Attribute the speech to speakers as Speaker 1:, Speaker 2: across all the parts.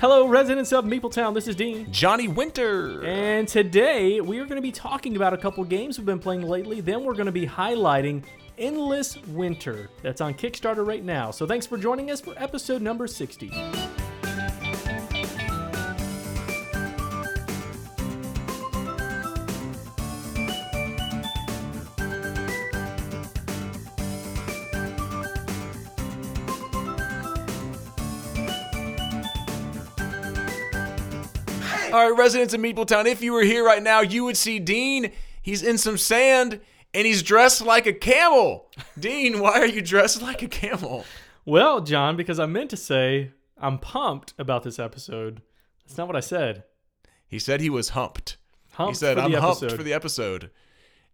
Speaker 1: Hello, residents of Meepletown. This is Dean.
Speaker 2: Johnny Winter.
Speaker 1: And today we are going to be talking about a couple games we've been playing lately. Then we're going to be highlighting Endless Winter. That's on Kickstarter right now. So thanks for joining us for episode number 60.
Speaker 2: All right, residents of Meepletown, if you were here right now, you would see Dean. He's in some sand and he's dressed like a camel. Dean, why are you dressed like a camel?
Speaker 1: Well, John, because I meant to say I'm pumped about this episode. That's not what I said.
Speaker 2: He said he was humped.
Speaker 1: Humped
Speaker 2: he said,
Speaker 1: for
Speaker 2: I'm
Speaker 1: the
Speaker 2: humped
Speaker 1: episode.
Speaker 2: for the episode.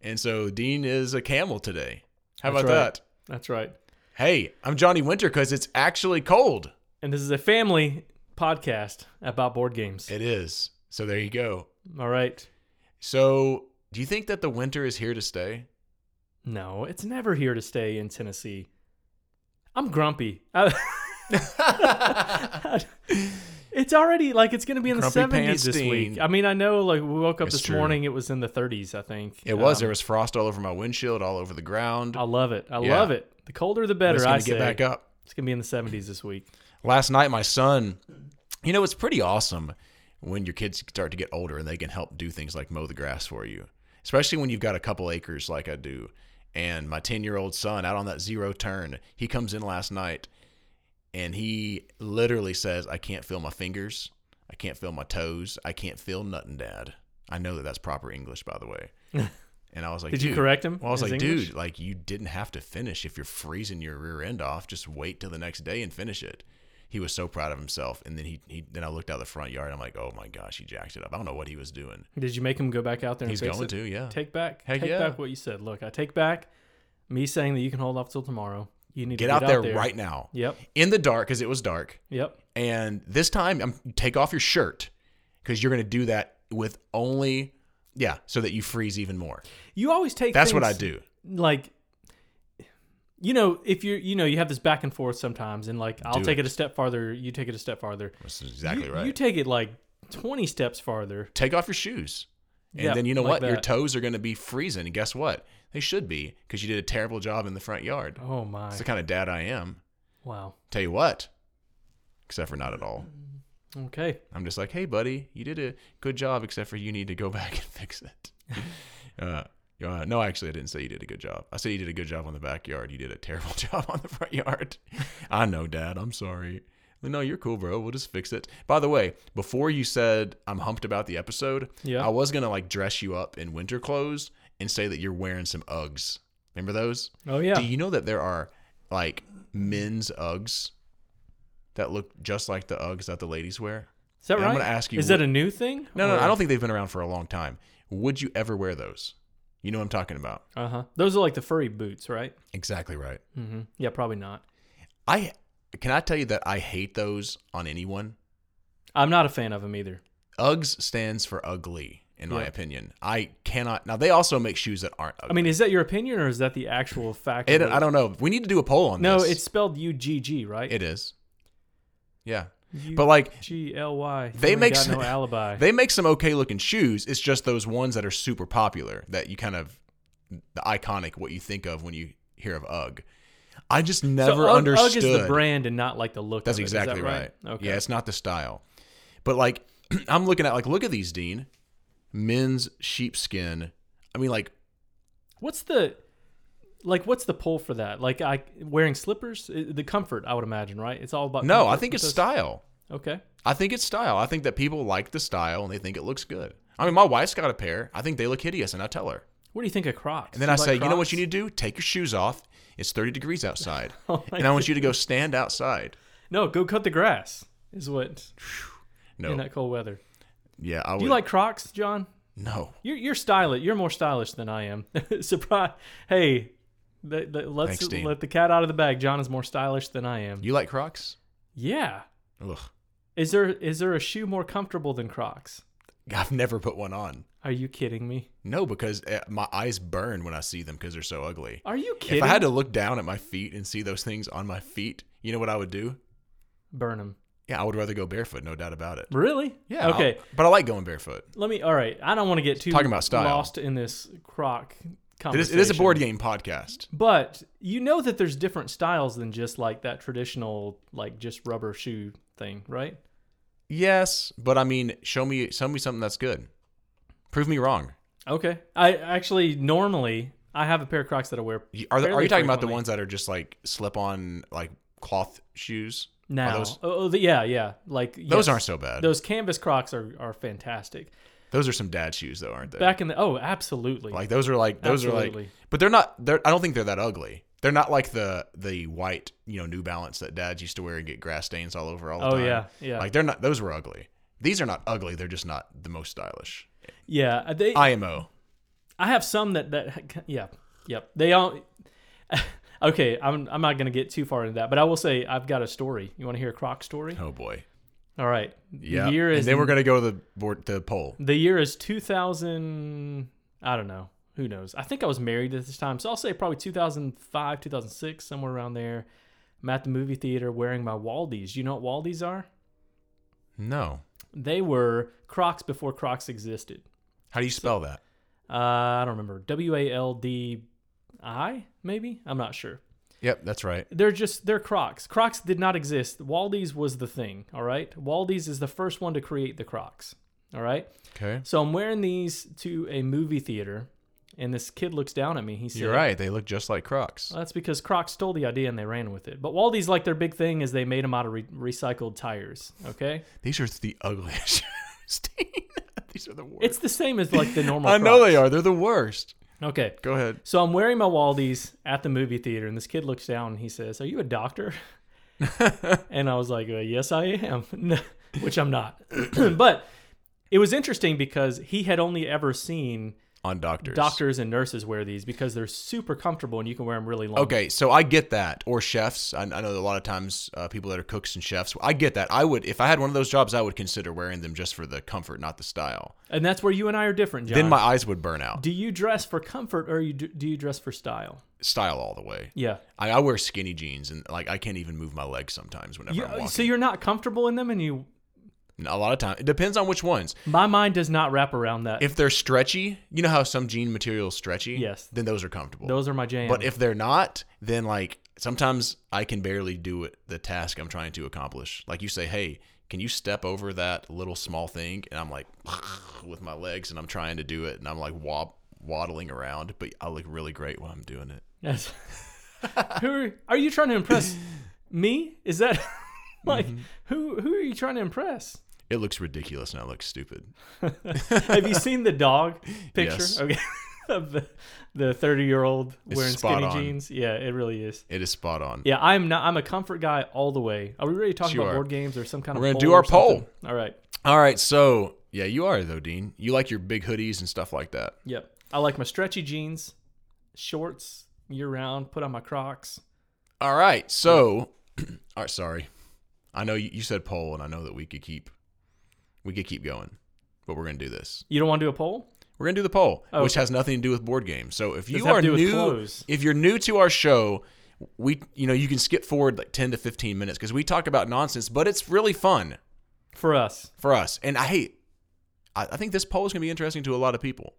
Speaker 2: And so Dean is a camel today. How
Speaker 1: That's
Speaker 2: about
Speaker 1: right.
Speaker 2: that?
Speaker 1: That's right.
Speaker 2: Hey, I'm Johnny Winter because it's actually cold.
Speaker 1: And this is a family podcast about board games.
Speaker 2: It is. So there you go.
Speaker 1: All right.
Speaker 2: So, do you think that the winter is here to stay?
Speaker 1: No, it's never here to stay in Tennessee. I'm grumpy. I- Um, it's already like it's going to be in
Speaker 2: Grumpy
Speaker 1: the 70s
Speaker 2: pants
Speaker 1: this
Speaker 2: Dean.
Speaker 1: week. I mean, I know like we woke up
Speaker 2: It's
Speaker 1: this
Speaker 2: true.
Speaker 1: morning, it was in the 30s, I think.
Speaker 2: It was.
Speaker 1: Um,
Speaker 2: there was frost all over my windshield, all over the ground.
Speaker 1: I love it. I
Speaker 2: Yeah.
Speaker 1: love it. The colder the
Speaker 2: But
Speaker 1: better,
Speaker 2: it's
Speaker 1: I
Speaker 2: gonna
Speaker 1: say.
Speaker 2: get back up.
Speaker 1: It's going to be in the 70s this week.
Speaker 2: Last night, my son, you know, it's pretty awesome when your kids start to get older and they can help do things like mow the grass for you, especially when you've got a couple acres like I do. And my 10 year old son out on that zero turn, he comes in last night and he literally says, I can't feel my fingers. I can't feel my toes. I can't feel nothing, Dad. I know that that's proper English, by the way. And I was like,
Speaker 1: Did you
Speaker 2: "Dude."
Speaker 1: correct him
Speaker 2: Well, I was
Speaker 1: in
Speaker 2: like,
Speaker 1: his English?
Speaker 2: dude, like you didn't have to finish if you're freezing your rear end off. Just wait till the next day and finish it. He was so proud of himself. And then he, he then I looked out the front yard. I'm like, oh my gosh, he jacked it up. I don't know what he was doing.
Speaker 1: Did you make him go back out there and
Speaker 2: He's
Speaker 1: fix
Speaker 2: going
Speaker 1: it?
Speaker 2: to, yeah.
Speaker 1: Take back.
Speaker 2: Heck
Speaker 1: take
Speaker 2: yeah.
Speaker 1: back what you said. Look, I take back me saying that you can hold off till tomorrow. You need
Speaker 2: get,
Speaker 1: to
Speaker 2: out, there, right now.
Speaker 1: Yep.
Speaker 2: In the dark, because it was dark.
Speaker 1: Yep.
Speaker 2: And this time, I'm take off your shirt because you're going to do that with only, yeah, so that you freeze even more.
Speaker 1: You always take
Speaker 2: That's what I
Speaker 1: things-
Speaker 2: do.
Speaker 1: like you know if you're you know you have this back and forth sometimes and like i'll
Speaker 2: Do
Speaker 1: take it. a step farther you take it a step farther
Speaker 2: That's exactly
Speaker 1: you,
Speaker 2: right.
Speaker 1: you take it like 20 steps farther
Speaker 2: take off your shoes. And
Speaker 1: Yeah,
Speaker 2: then you know
Speaker 1: like
Speaker 2: what? Your
Speaker 1: that.
Speaker 2: toes are going to be freezing. And guess what? They should be because you did a terrible job in the front yard.
Speaker 1: oh my
Speaker 2: That's the kind of dad I am.
Speaker 1: wow
Speaker 2: Tell you what, except for not at all.
Speaker 1: okay
Speaker 2: I'm just like, hey, buddy, you did a good job, except for you need to go back and fix it. uh, uh, no, actually, I didn't say you did a good job. I said you did a good job on the backyard. You did a terrible job on the front yard. I know, Dad. I'm sorry. No, you're cool, bro. We'll just fix it. By the way, before you said I'm humped about the episode,
Speaker 1: Yeah.
Speaker 2: I was gonna like dress you up in winter clothes and say that you're wearing some Uggs. Remember those?
Speaker 1: oh yeah
Speaker 2: Do you know that there are like men's Uggs that look just like the Uggs that the ladies wear?
Speaker 1: is that
Speaker 2: and
Speaker 1: right
Speaker 2: I'm gonna ask you
Speaker 1: is
Speaker 2: what-
Speaker 1: that a new thing
Speaker 2: No, no, I don't think they've been around for a long time. Would you ever wear those? You know what I'm talking about.
Speaker 1: uh-huh those are like the furry boots right
Speaker 2: Exactly right.
Speaker 1: mm-hmm. yeah probably not
Speaker 2: I can I tell you that I hate those on anyone.
Speaker 1: i'm not a fan of them either
Speaker 2: Uggs stands for ugly, in my
Speaker 1: Yeah.
Speaker 2: opinion. I cannot. Now they also make shoes that aren't ugly.
Speaker 1: i mean is that your opinion or is that the actual fact
Speaker 2: it,
Speaker 1: of it?
Speaker 2: I don't know. We need to do a poll on
Speaker 1: no
Speaker 2: this.
Speaker 1: it's spelled ugg right
Speaker 2: it is. Yeah, but like
Speaker 1: g-l-y
Speaker 2: They
Speaker 1: You ain't
Speaker 2: make
Speaker 1: got
Speaker 2: some-
Speaker 1: no alibi
Speaker 2: They make some okay looking shoes. It's just those ones that are super popular that you kind of the iconic what you think of when you hear of UGG. I just never
Speaker 1: so Ugg- Ugg
Speaker 2: understood.
Speaker 1: is the brand and not like the look.
Speaker 2: That's
Speaker 1: of it. Is that
Speaker 2: exactly right.
Speaker 1: Okay.
Speaker 2: Yeah, it's not the style. But like I'm looking at like look at these Dean men's sheepskin. I mean like
Speaker 1: What's the like? What's the pull for that? Like, I wearing slippers, I- the comfort. I would imagine, right? It's all about.
Speaker 2: no,
Speaker 1: comfort
Speaker 2: I think
Speaker 1: with
Speaker 2: it's
Speaker 1: those-
Speaker 2: style.
Speaker 1: Okay.
Speaker 2: I think it's style. I think that people like the style and they think it looks good. I mean my wife's got a pair. I think they look hideous and I tell her.
Speaker 1: What do you think of Crocs?
Speaker 2: And then
Speaker 1: You
Speaker 2: I
Speaker 1: like
Speaker 2: say, you know what you
Speaker 1: Crocs?
Speaker 2: need to do? Take your shoes off. It's 30 degrees outside.
Speaker 1: Oh my
Speaker 2: and I want you to go stand outside.
Speaker 1: No, go cut the grass. Is what
Speaker 2: No.
Speaker 1: in that cold weather.
Speaker 2: yeah, I would.
Speaker 1: Do you like Crocs, John?
Speaker 2: no.
Speaker 1: You're you're stylish. You're more stylish than I am. Surprise! Hey, th- th- let's
Speaker 2: Thanks, Dean.
Speaker 1: let the cat out of the bag. John is more stylish than I am.
Speaker 2: You like Crocs?
Speaker 1: yeah.
Speaker 2: Ugh.
Speaker 1: Is there is there a shoe more comfortable than Crocs?
Speaker 2: I've never put one on.
Speaker 1: Are you kidding me?
Speaker 2: No, because uh, my eyes burn when I see them because they're so ugly.
Speaker 1: Are you kidding?
Speaker 2: If I had to look down at my feet and see those things on my feet, you know what I would do?
Speaker 1: burn them.
Speaker 2: Yeah, I would rather go barefoot, no doubt about it.
Speaker 1: Really?
Speaker 2: Yeah. I'll-
Speaker 1: Okay.
Speaker 2: but I like going barefoot.
Speaker 1: Let me. All right. I don't want to get too
Speaker 2: Talking about style.
Speaker 1: lost in this croc
Speaker 2: It is,
Speaker 1: conversation.
Speaker 2: it is a board game podcast.
Speaker 1: But you know that there's different styles than just like that traditional, like just rubber shoe thing, right?
Speaker 2: Yes, but I mean, show me, show me something that's good. Prove me wrong.
Speaker 1: Okay. I actually normally I have a pair of Crocs that I wear.
Speaker 2: You- Are, the, are
Speaker 1: fairly
Speaker 2: you talking about the
Speaker 1: frequently.
Speaker 2: ones that are just like slip on like cloth shoes?
Speaker 1: now?
Speaker 2: those-
Speaker 1: oh, oh, the- yeah, yeah. Like
Speaker 2: Those
Speaker 1: yes.
Speaker 2: aren't so bad. Those,
Speaker 1: Those canvas Crocs are are fantastic.
Speaker 2: are some dad shoes though, aren't they?
Speaker 1: Back in the oh, absolutely.
Speaker 2: like those are like those are like
Speaker 1: Absolutely.
Speaker 2: but they're not they're I don't think they're that ugly. They're not like the the white, you know, New Balance that dads used to wear and get grass stains all over all the
Speaker 1: Oh,
Speaker 2: time.
Speaker 1: yeah, yeah.
Speaker 2: Like they're not those were ugly. These are not ugly, they're just not the most stylish.
Speaker 1: yeah, they,
Speaker 2: IMO.
Speaker 1: I have some that that yeah, yep. They all okay. I'm I'm not gonna get too far into that, but I will say I've got a story. You want to hear a Croc story?
Speaker 2: Oh boy.
Speaker 1: All right.
Speaker 2: Yeah.
Speaker 1: The year is
Speaker 2: and then we're gonna go to the board the poll.
Speaker 1: the year is 2000. I don't know. Who knows? I think I was married at this time, so I'll say probably 2005, 2006, somewhere around there. I'm at the movie theater wearing my Waldies. You know what Waldies are?
Speaker 2: No.
Speaker 1: They were Crocs before Crocs existed.
Speaker 2: How do you spell that?
Speaker 1: Uh, I don't remember. W A L D I, maybe? I'm not sure.
Speaker 2: Yep, that's right.
Speaker 1: They're just they're Crocs. Crocs did not exist. Waldies was the thing, all right? Waldies is the first one to create the Crocs. All right?
Speaker 2: Okay.
Speaker 1: So I'm wearing these to a movie theater and this kid looks down at me. He said,
Speaker 2: You're right. They look just like Crocs.
Speaker 1: Well, that's because Crocs stole the idea and they ran with it. But Waldies like their big thing is they made them out of re- recycled tires, okay?
Speaker 2: These are the ugliest shoes. These are the worst.
Speaker 1: It's the same as like the normal
Speaker 2: I know
Speaker 1: Crocs.
Speaker 2: they are. They're the worst.
Speaker 1: Okay.
Speaker 2: Go ahead.
Speaker 1: So I'm wearing my Waldies at the movie theater, and this kid looks down and he says, "Are you a doctor?" and I was like, uh, "Yes, I am," which I'm not. but it was interesting because he had only ever seen
Speaker 2: On doctors.
Speaker 1: doctors and nurses wear these because they're super comfortable and you can wear them really long.
Speaker 2: Okay, so I get that, or chefs. I, I know a lot of times uh, people that are cooks and chefs. I get that. I would, if I had one of those jobs, I would consider wearing them just for the comfort, not the style.
Speaker 1: And that's where you and I are different, John.
Speaker 2: Then my eyes would burn out.
Speaker 1: do you dress for comfort or you do, do you dress for style?
Speaker 2: Style all the way.
Speaker 1: Yeah.
Speaker 2: I, I wear skinny jeans, and like I can't even move my legs sometimes whenever
Speaker 1: You- uh,
Speaker 2: I'm walking.
Speaker 1: so you're not comfortable in them, and you.
Speaker 2: And a lot of time, it depends on which ones.
Speaker 1: My mind does not wrap around that.
Speaker 2: If they're stretchy, you know how some jean material is stretchy.
Speaker 1: Yes.
Speaker 2: Then those are comfortable.
Speaker 1: Those are my jam.
Speaker 2: But if they're not, then like sometimes I can barely do it, the task I'm trying to accomplish. Like you say, hey, can you step over that little small thing? And I'm like with my legs and I'm trying to do it and I'm like wop, waddling around, but I look really great while I'm doing it.
Speaker 1: Yes. who are, are you trying to impress? Me? Is that like
Speaker 2: Mm-hmm.
Speaker 1: who? Who are you trying to impress?
Speaker 2: It looks ridiculous and I look stupid.
Speaker 1: Have you seen the dog picture?
Speaker 2: Yes.
Speaker 1: Okay. of the the thirty year old wearing
Speaker 2: spot
Speaker 1: skinny
Speaker 2: on.
Speaker 1: jeans. Yeah, it really is.
Speaker 2: It is spot on.
Speaker 1: Yeah, I'm not. I'm a comfort guy all the way. Are we ready to talk
Speaker 2: You
Speaker 1: about
Speaker 2: are.
Speaker 1: board games or some kind
Speaker 2: We're
Speaker 1: of?
Speaker 2: gonna do our
Speaker 1: or something?
Speaker 2: poll.
Speaker 1: All right.
Speaker 2: All right, so yeah, you are though, Dean. You like your big hoodies and stuff like that.
Speaker 1: Yep. I like my stretchy jeans, shorts year round. Put on my Crocs.
Speaker 2: All right, so all right, sorry. I know you, you said poll and I know that we could keep we could keep going. But we're gonna do this.
Speaker 1: You don't want to do a poll?
Speaker 2: We're gonna do the poll,
Speaker 1: Oh,
Speaker 2: which
Speaker 1: okay.
Speaker 2: has nothing to do with board games. So if you
Speaker 1: have
Speaker 2: are
Speaker 1: to do with
Speaker 2: new,
Speaker 1: clothes.
Speaker 2: if you're new to our show, we you know you can skip forward like ten to fifteen minutes because we talk about nonsense, but it's really fun
Speaker 1: For us,
Speaker 2: for us. And I hate, I, I think this poll is gonna be interesting to a lot of people.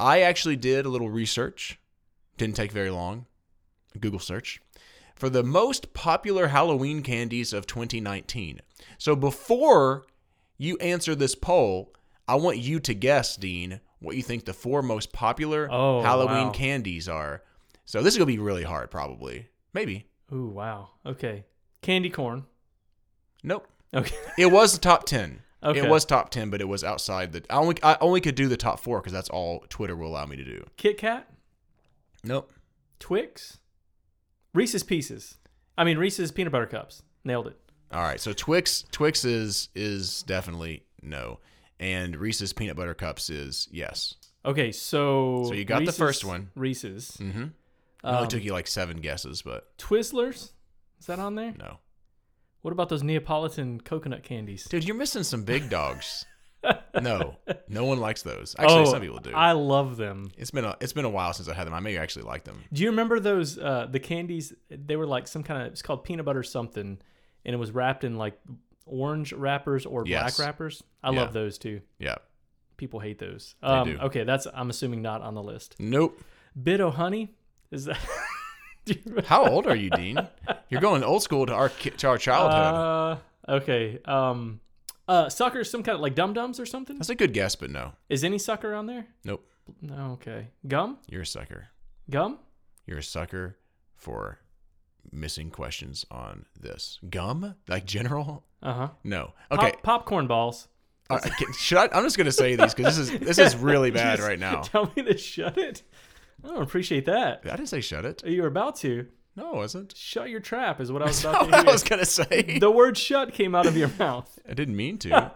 Speaker 2: I actually did a little research, didn't take very long, Google search for the most popular Halloween candies of 2019. So before you answer this poll, I want you to guess, Dean, what you think the four most popular
Speaker 1: Oh,
Speaker 2: Halloween
Speaker 1: wow.
Speaker 2: candies are. So this is gonna be really hard, probably. Maybe.
Speaker 1: ooh wow. Okay. Candy corn.
Speaker 2: Nope.
Speaker 1: Okay.
Speaker 2: It was the top ten.
Speaker 1: Okay.
Speaker 2: It was top ten, but it was outside the. I only I only could do the top four because that's all Twitter will allow me to do.
Speaker 1: Kit Kat.
Speaker 2: Nope.
Speaker 1: Twix, Reese's Pieces. I mean Reese's peanut butter cups. Nailed it.
Speaker 2: All right. So Twix Twix is is definitely no, and Reese's peanut butter cups is yes.
Speaker 1: Okay, so
Speaker 2: So you got the first one.
Speaker 1: Reese's,
Speaker 2: Mm-hmm. it
Speaker 1: Um,
Speaker 2: only took you like seven guesses, but
Speaker 1: Twizzlers. Is that on there?
Speaker 2: no.
Speaker 1: What about those Neapolitan coconut candies?
Speaker 2: Dude, you're missing some big dogs. no, no one likes those. Actually, some people do.
Speaker 1: Oh, I love them.
Speaker 2: it's been a it's been a while since I had them. I may actually like them.
Speaker 1: Do you remember those uh, the candies? They were like some kind of it's called peanut butter something, and it was wrapped in like orange wrappers or
Speaker 2: Yes.
Speaker 1: black wrappers. I
Speaker 2: Yeah.
Speaker 1: love those too.
Speaker 2: Yeah.
Speaker 1: People hate those. Um,
Speaker 2: do.
Speaker 1: Okay, that's I'm assuming not on the list.
Speaker 2: Nope.
Speaker 1: Bit o' honey is that? Do you remember-
Speaker 2: How old are you, Dean? You're going old school to our ki- to our childhood.
Speaker 1: uh, okay. Um, uh, suckers, some kind of like dum dums or something.
Speaker 2: That's a good guess, but no.
Speaker 1: Is any sucker on there?
Speaker 2: Nope.
Speaker 1: No. Okay. Gum.
Speaker 2: You're a sucker.
Speaker 1: Gum.
Speaker 2: You're a sucker for missing questions on this gum, like general.
Speaker 1: Uh huh.
Speaker 2: No. Okay.
Speaker 1: popcorn balls.
Speaker 2: All right, can- should I? I'm just gonna say these because this is this is really bad
Speaker 1: Just
Speaker 2: right now.
Speaker 1: Tell me to shut it. I don't appreciate that.
Speaker 2: I didn't say shut it.
Speaker 1: You were about to
Speaker 2: No, I wasn't.
Speaker 1: shut your trap, is what I was
Speaker 2: That's
Speaker 1: about
Speaker 2: what
Speaker 1: to
Speaker 2: I
Speaker 1: hear.
Speaker 2: was gonna say.
Speaker 1: The word "shut" came out of your mouth.
Speaker 2: I didn't mean to.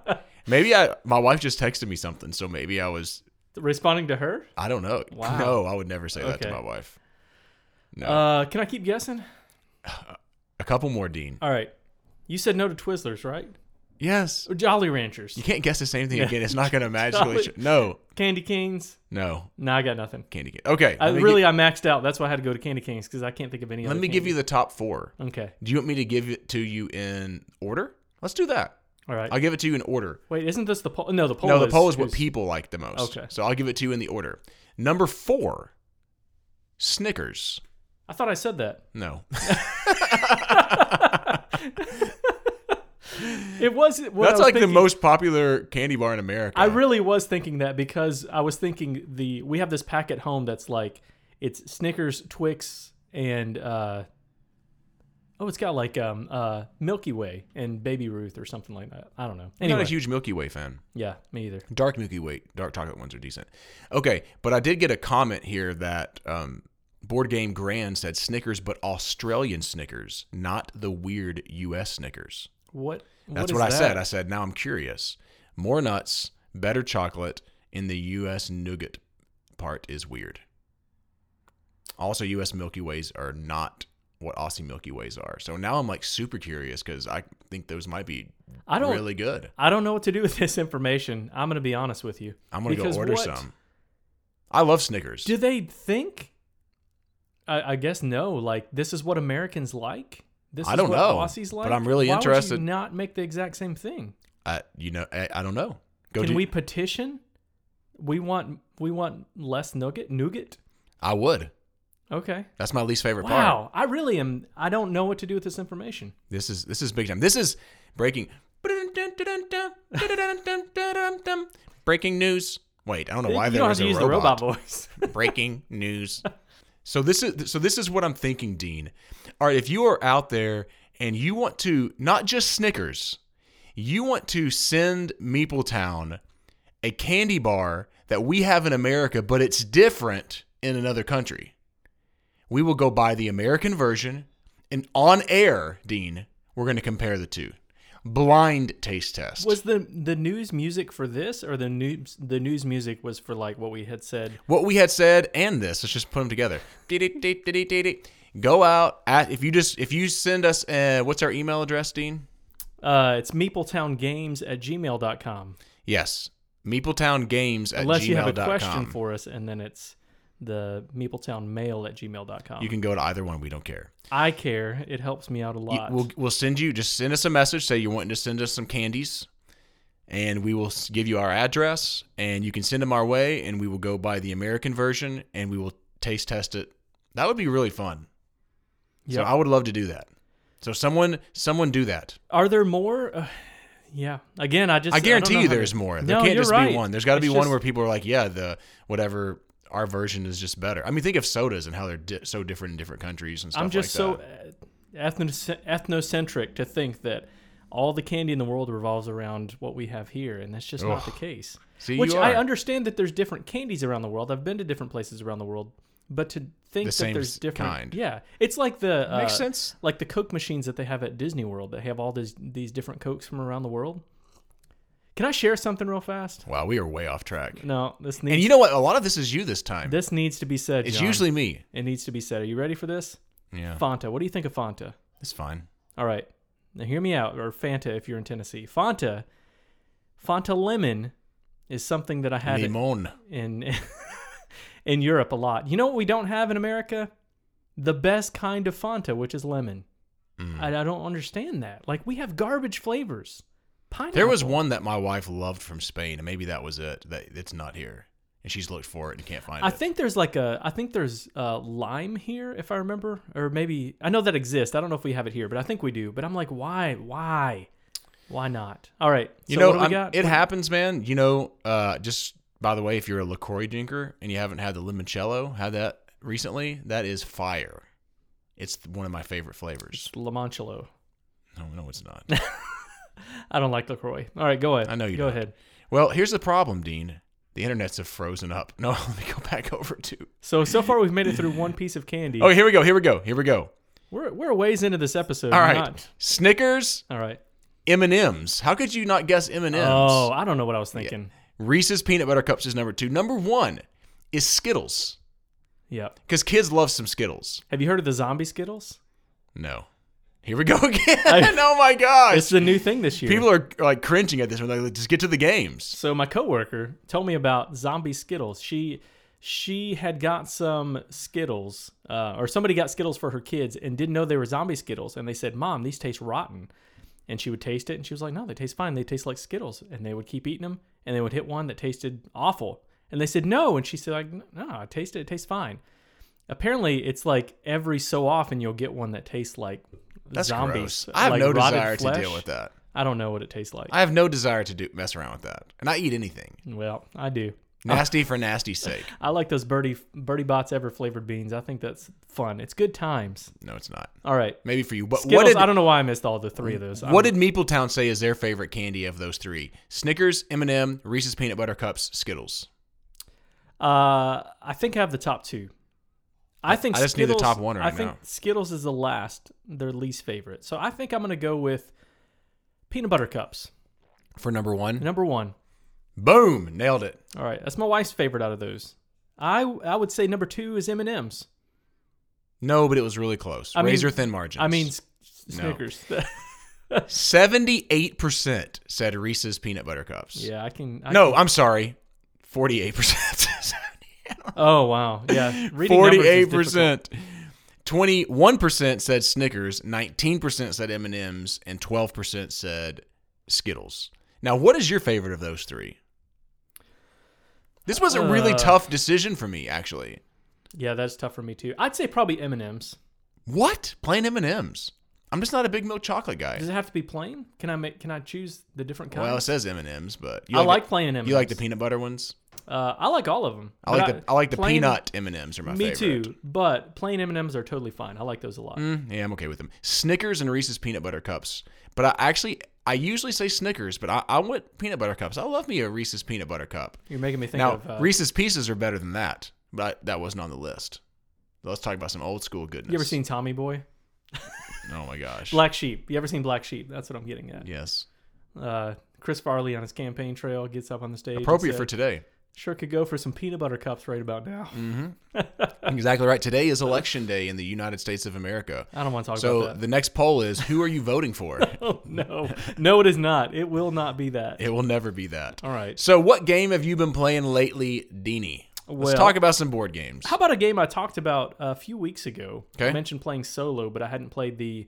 Speaker 2: Maybe I. My wife just texted me something, so maybe I was.
Speaker 1: Responding to her.
Speaker 2: I don't know.
Speaker 1: Wow.
Speaker 2: No, I would never say that to
Speaker 1: Okay.
Speaker 2: my wife. No.
Speaker 1: Uh, can I keep guessing?
Speaker 2: a couple more, Dean.
Speaker 1: All right. You said no to Twizzlers, right?
Speaker 2: Yes.
Speaker 1: Or Jolly Ranchers,
Speaker 2: You can't guess the same thing again. It's not gonna
Speaker 1: Golly.
Speaker 2: magically. Sh- no.
Speaker 1: Candy Canes.
Speaker 2: No.
Speaker 1: No, I got nothing.
Speaker 2: Candy cane. Okay.
Speaker 1: I
Speaker 2: let me
Speaker 1: really,
Speaker 2: gi-
Speaker 1: I maxed out. That's why I had to go to Candy Canes because I can't think of any.
Speaker 2: let
Speaker 1: other
Speaker 2: me give you the top four.
Speaker 1: candy. Okay.
Speaker 2: Do you want me to give it to you in order? Let's do that.
Speaker 1: All right.
Speaker 2: I'll give it to you in order.
Speaker 1: Wait, isn't this the poll? No, the poll.
Speaker 2: no, the poll is
Speaker 1: who's-
Speaker 2: what people like the most.
Speaker 1: Okay.
Speaker 2: So I'll give it to you in the order. Number four, Snickers.
Speaker 1: I thought I said that.
Speaker 2: No.
Speaker 1: It was. what I
Speaker 2: That's
Speaker 1: was
Speaker 2: like the
Speaker 1: thinking-
Speaker 2: most popular candy bar in America.
Speaker 1: I really was thinking that because I was thinking the we have this pack at home that's like it's Snickers, Twix, and uh, oh, it's got like um, uh, Milky Way and Baby Ruth or something like that. I don't know.
Speaker 2: I'm
Speaker 1: Anyway,
Speaker 2: not a huge Milky Way fan.
Speaker 1: yeah, me either.
Speaker 2: Dark Milky Way, dark chocolate ones are decent. Okay, but I did get a comment here that um, Board Game Grand said Snickers, but Australian Snickers, not the weird U.S. Snickers.
Speaker 1: What?
Speaker 2: That's
Speaker 1: is
Speaker 2: what, I
Speaker 1: that?
Speaker 2: said. I said, now I'm curious. More nuts, better chocolate, and the U.S. nougat part is weird. Also, U.S. Milky Ways are not what Aussie Milky Ways are. So now I'm like super curious because I think those might be
Speaker 1: I don't.
Speaker 2: really good.
Speaker 1: I don't know what to do with this information. I'm gonna be honest with you.
Speaker 2: I'm going to go
Speaker 1: Because
Speaker 2: order
Speaker 1: what
Speaker 2: some. I love Snickers.
Speaker 1: Do they think? I, I guess no. Like this is what Americans like. This
Speaker 2: I
Speaker 1: is
Speaker 2: don't
Speaker 1: what
Speaker 2: know,
Speaker 1: Aussies
Speaker 2: but
Speaker 1: like.
Speaker 2: I'm really
Speaker 1: Why would you
Speaker 2: interested-
Speaker 1: not make the exact same thing.
Speaker 2: I, you know, I, I don't know. Go
Speaker 1: Can
Speaker 2: do,
Speaker 1: we petition? We want we want less nougat nougat.
Speaker 2: I would.
Speaker 1: Okay.
Speaker 2: That's my least favorite part.
Speaker 1: Wow. I really am. I don't know what to do with this information.
Speaker 2: This is this is big time. This is breaking. Breaking news. Wait, I don't know why
Speaker 1: you
Speaker 2: there
Speaker 1: don't have
Speaker 2: was
Speaker 1: to
Speaker 2: a
Speaker 1: use
Speaker 2: robot.
Speaker 1: the robot voice.
Speaker 2: Breaking news. So this is so this is what I'm thinking, Dean. All right, if you are out there and you want to not just Snickers, you want to send Meepletown a candy bar that we have in America, but it's different in another country. We will go buy the American version, and on air, Dean, we're going to compare the two. Blind taste test.
Speaker 1: was the the news music for this or the news the news music was for like what we had said?
Speaker 2: what we had said and this let's just put them together Dee-dee-dee-dee-dee-dee. go out at, if you just if you send us uh, what's our email address dean
Speaker 1: Uh, it's meepletowngames at gmail.com.
Speaker 2: yes meepletown games at
Speaker 1: Unless
Speaker 2: gmail.com
Speaker 1: you have a question for us, and then it's the meepletownmail at gmail.com.
Speaker 2: you can go to either one we don't care
Speaker 1: I care. It helps me out a
Speaker 2: You-
Speaker 1: lot.
Speaker 2: we'll, we'll send you just send us a message say you're wanting to send us some candies and we will s- give you our address and you can send them our way and we will go buy the american version and we will taste test it that would be really fun so
Speaker 1: Yep.
Speaker 2: i would love to do that so someone someone do that
Speaker 1: Are there more? Uh, yeah. Again, I just
Speaker 2: I
Speaker 1: don't
Speaker 2: guarantee
Speaker 1: know
Speaker 2: you
Speaker 1: how to-
Speaker 2: there's more. There
Speaker 1: No,
Speaker 2: can't
Speaker 1: you're
Speaker 2: just
Speaker 1: right.
Speaker 2: be one. There's got to be
Speaker 1: It's
Speaker 2: one
Speaker 1: just-
Speaker 2: where people are like, yeah, the whatever our version is just better. I mean, think of sodas and how they're di- so different in different countries and stuff
Speaker 1: I'm just
Speaker 2: like
Speaker 1: so
Speaker 2: that.
Speaker 1: uh, ethno- ethnocentric to think that all the candy in the world revolves around what we have here, and that's just not the case.
Speaker 2: See,
Speaker 1: Which
Speaker 2: you
Speaker 1: I
Speaker 2: are.
Speaker 1: understand that there's different candies around the world. I've been to different places around the world, but to think that
Speaker 2: The same
Speaker 1: there's
Speaker 2: s-
Speaker 1: different,
Speaker 2: kind.
Speaker 1: yeah, it's like the uh,
Speaker 2: Makes sense.
Speaker 1: Like the Coke machines that they have at Disney World that have all these these different Cokes from around the world. Can I share something real fast?
Speaker 2: Wow, we are way off track.
Speaker 1: No, this needs
Speaker 2: And you know what? A lot of this is you this time.
Speaker 1: this needs to be said.
Speaker 2: it's
Speaker 1: John.
Speaker 2: usually me.
Speaker 1: It needs to be said. Are you ready for this?
Speaker 2: Yeah,
Speaker 1: Fanta. What do you think of Fanta?
Speaker 2: it's fine.
Speaker 1: All right. Now hear me out, or Fanta if you're in Tennessee. Fanta, Fanta lemon is something that I had
Speaker 2: Limon.
Speaker 1: in in Europe a lot. You know what we don't have in America? The best kind of Fanta, which is lemon.
Speaker 2: Hmm.
Speaker 1: I, I don't understand that. Like we have garbage flavors. Pineapple.
Speaker 2: There was one that my wife loved from Spain, and maybe that was it. That it's not here, and she's looked for it and can't find
Speaker 1: I
Speaker 2: it.
Speaker 1: think there's like a I think there's uh lime here if I remember or maybe I know that exists. I don't know if we have it here, but I think we do. But I'm like, why? Why? Why not? All right.
Speaker 2: You
Speaker 1: so
Speaker 2: know,
Speaker 1: what do we
Speaker 2: I'm-
Speaker 1: got?
Speaker 2: it happens, man. You know, uh, just by the way, if you're a LaCroix drinker and you haven't had the limoncello, had that recently, that is fire. It's one of my favorite flavors.
Speaker 1: Lamoncello.
Speaker 2: No, no, it's not.
Speaker 1: I don't like LaCroix. All right, go ahead.
Speaker 2: I know you
Speaker 1: Go
Speaker 2: don't.
Speaker 1: ahead.
Speaker 2: well, here's the problem, Dean. The internets have frozen up. No, let me go back over to.
Speaker 1: So so far we've made it through one piece of candy.
Speaker 2: Oh, here we go. Here we go. Here we go.
Speaker 1: We're we're a ways into this episode.
Speaker 2: All
Speaker 1: We're
Speaker 2: right,
Speaker 1: not-
Speaker 2: Snickers,
Speaker 1: All right.
Speaker 2: M and M's. How could you not guess M and M's?
Speaker 1: Oh, I don't know what I was thinking.
Speaker 2: Reese's peanut butter cups is number two. Number one is Skittles
Speaker 1: Yep.
Speaker 2: because kids love some Skittles.
Speaker 1: Have you heard of the zombie Skittles?
Speaker 2: No. Here we go again. oh my gosh.
Speaker 1: It's the new thing this year.
Speaker 2: People are like cringing at this. They're like, just get to the games.
Speaker 1: So my coworker told me about zombie Skittles. She she had got some Skittles, uh, or somebody got Skittles for her kids and didn't know they were zombie Skittles. And they said, "Mom, these taste rotten." And she would taste it, and she was like, "No, they taste fine. They taste like Skittles." And they would keep eating them, and they would hit one that tasted awful. And they said, "No," and she said, "Like, no, I taste it. It tastes fine." Apparently, it's like every so often you'll get one that tastes like
Speaker 2: That's
Speaker 1: zombies.
Speaker 2: gross. I have
Speaker 1: like
Speaker 2: no
Speaker 1: rotted
Speaker 2: desire to
Speaker 1: flesh.
Speaker 2: deal with that.
Speaker 1: I don't know what it tastes like.
Speaker 2: I have no desire to do mess around with that. And I eat anything.
Speaker 1: well, I do.
Speaker 2: Nasty for nasty's sake.
Speaker 1: I like those birdie birdie bots ever flavored beans. I think that's fun. It's good times.
Speaker 2: No, it's not.
Speaker 1: All right.
Speaker 2: Maybe for you. But
Speaker 1: Skittles, I
Speaker 2: what
Speaker 1: don't know why I missed all the three of those.
Speaker 2: did, what did Meepletown say is their favorite candy of those three? Snickers, M&M, Reese's peanut butter cups, Skittles.
Speaker 1: uh, I think I have the top two. I think
Speaker 2: I just need
Speaker 1: Skittles,
Speaker 2: the top one
Speaker 1: I
Speaker 2: right
Speaker 1: think
Speaker 2: now.
Speaker 1: Skittles is the last, their least favorite. So I think I'm gonna go with peanut butter cups,
Speaker 2: For number one.
Speaker 1: number one.
Speaker 2: Boom. Nailed it.
Speaker 1: All right, that's my wife's favorite out of those. I I would say number two is M and M's.
Speaker 2: No, but it was really close.
Speaker 1: I mean-
Speaker 2: Razor thin margins.
Speaker 1: I mean S-
Speaker 2: No.
Speaker 1: Snickers.
Speaker 2: 78% said Reese's peanut butter cups.
Speaker 1: yeah, I can. I
Speaker 2: No, I'm sorry. 48%.
Speaker 1: Can, oh wow. Yeah. Reading numbers is difficult.
Speaker 2: 48%. 21% said Snickers, 19% said M&Ms, and 12% said Skittles. Now, what is your favorite of those three? This was a really
Speaker 1: Uh.
Speaker 2: tough decision for me, actually.
Speaker 1: Yeah, that's tough for me too. I'd say probably M and M's.
Speaker 2: What? Plain M&Ms. I'm just not a big milk chocolate guy.
Speaker 1: Does it have to be plain? Can I make? Can I choose the different kinds?
Speaker 2: Well, it says M&Ms, but you
Speaker 1: I like
Speaker 2: the-
Speaker 1: plain M.
Speaker 2: you like the peanut butter ones?
Speaker 1: Uh, I like all of them.
Speaker 2: I like the I like the peanut M and M's are my
Speaker 1: Me
Speaker 2: favorite.
Speaker 1: too, but plain M and M's are totally fine. I like those a lot.
Speaker 2: Mm, yeah, I'm okay with them. Snickers and Reese's peanut butter cups, but I actually I usually say Snickers, but I, I want peanut butter cups. I love me a Reese's peanut butter cup.
Speaker 1: You're making me think
Speaker 2: now
Speaker 1: of. Uh,
Speaker 2: Reese's pieces are better than that, but that wasn't on the list. Let's talk about some old school goodness.
Speaker 1: you ever seen Tommy Boy?
Speaker 2: Oh my gosh.
Speaker 1: Black Sheep. You ever seen Black Sheep? That's what I'm getting at.
Speaker 2: yes.
Speaker 1: Uh, Chris Farley on his campaign trail gets up on the stage. and
Speaker 2: Appropriate
Speaker 1: said,
Speaker 2: for Mm. today.
Speaker 1: sure could go for some peanut butter cups right about now.
Speaker 2: exactly right. Today is election day in the United States of America.
Speaker 1: I don't want to talk
Speaker 2: So
Speaker 1: about that.
Speaker 2: the next poll is who are you voting for?
Speaker 1: oh no, no, it is not. It will not be that.
Speaker 2: it will never be that.
Speaker 1: All right.
Speaker 2: So, what game have you been playing lately, Deanie? Let's
Speaker 1: Well-
Speaker 2: talk about some board games.
Speaker 1: How about a game I talked about a few weeks ago?
Speaker 2: Okay.
Speaker 1: I mentioned playing solo, but I hadn't played the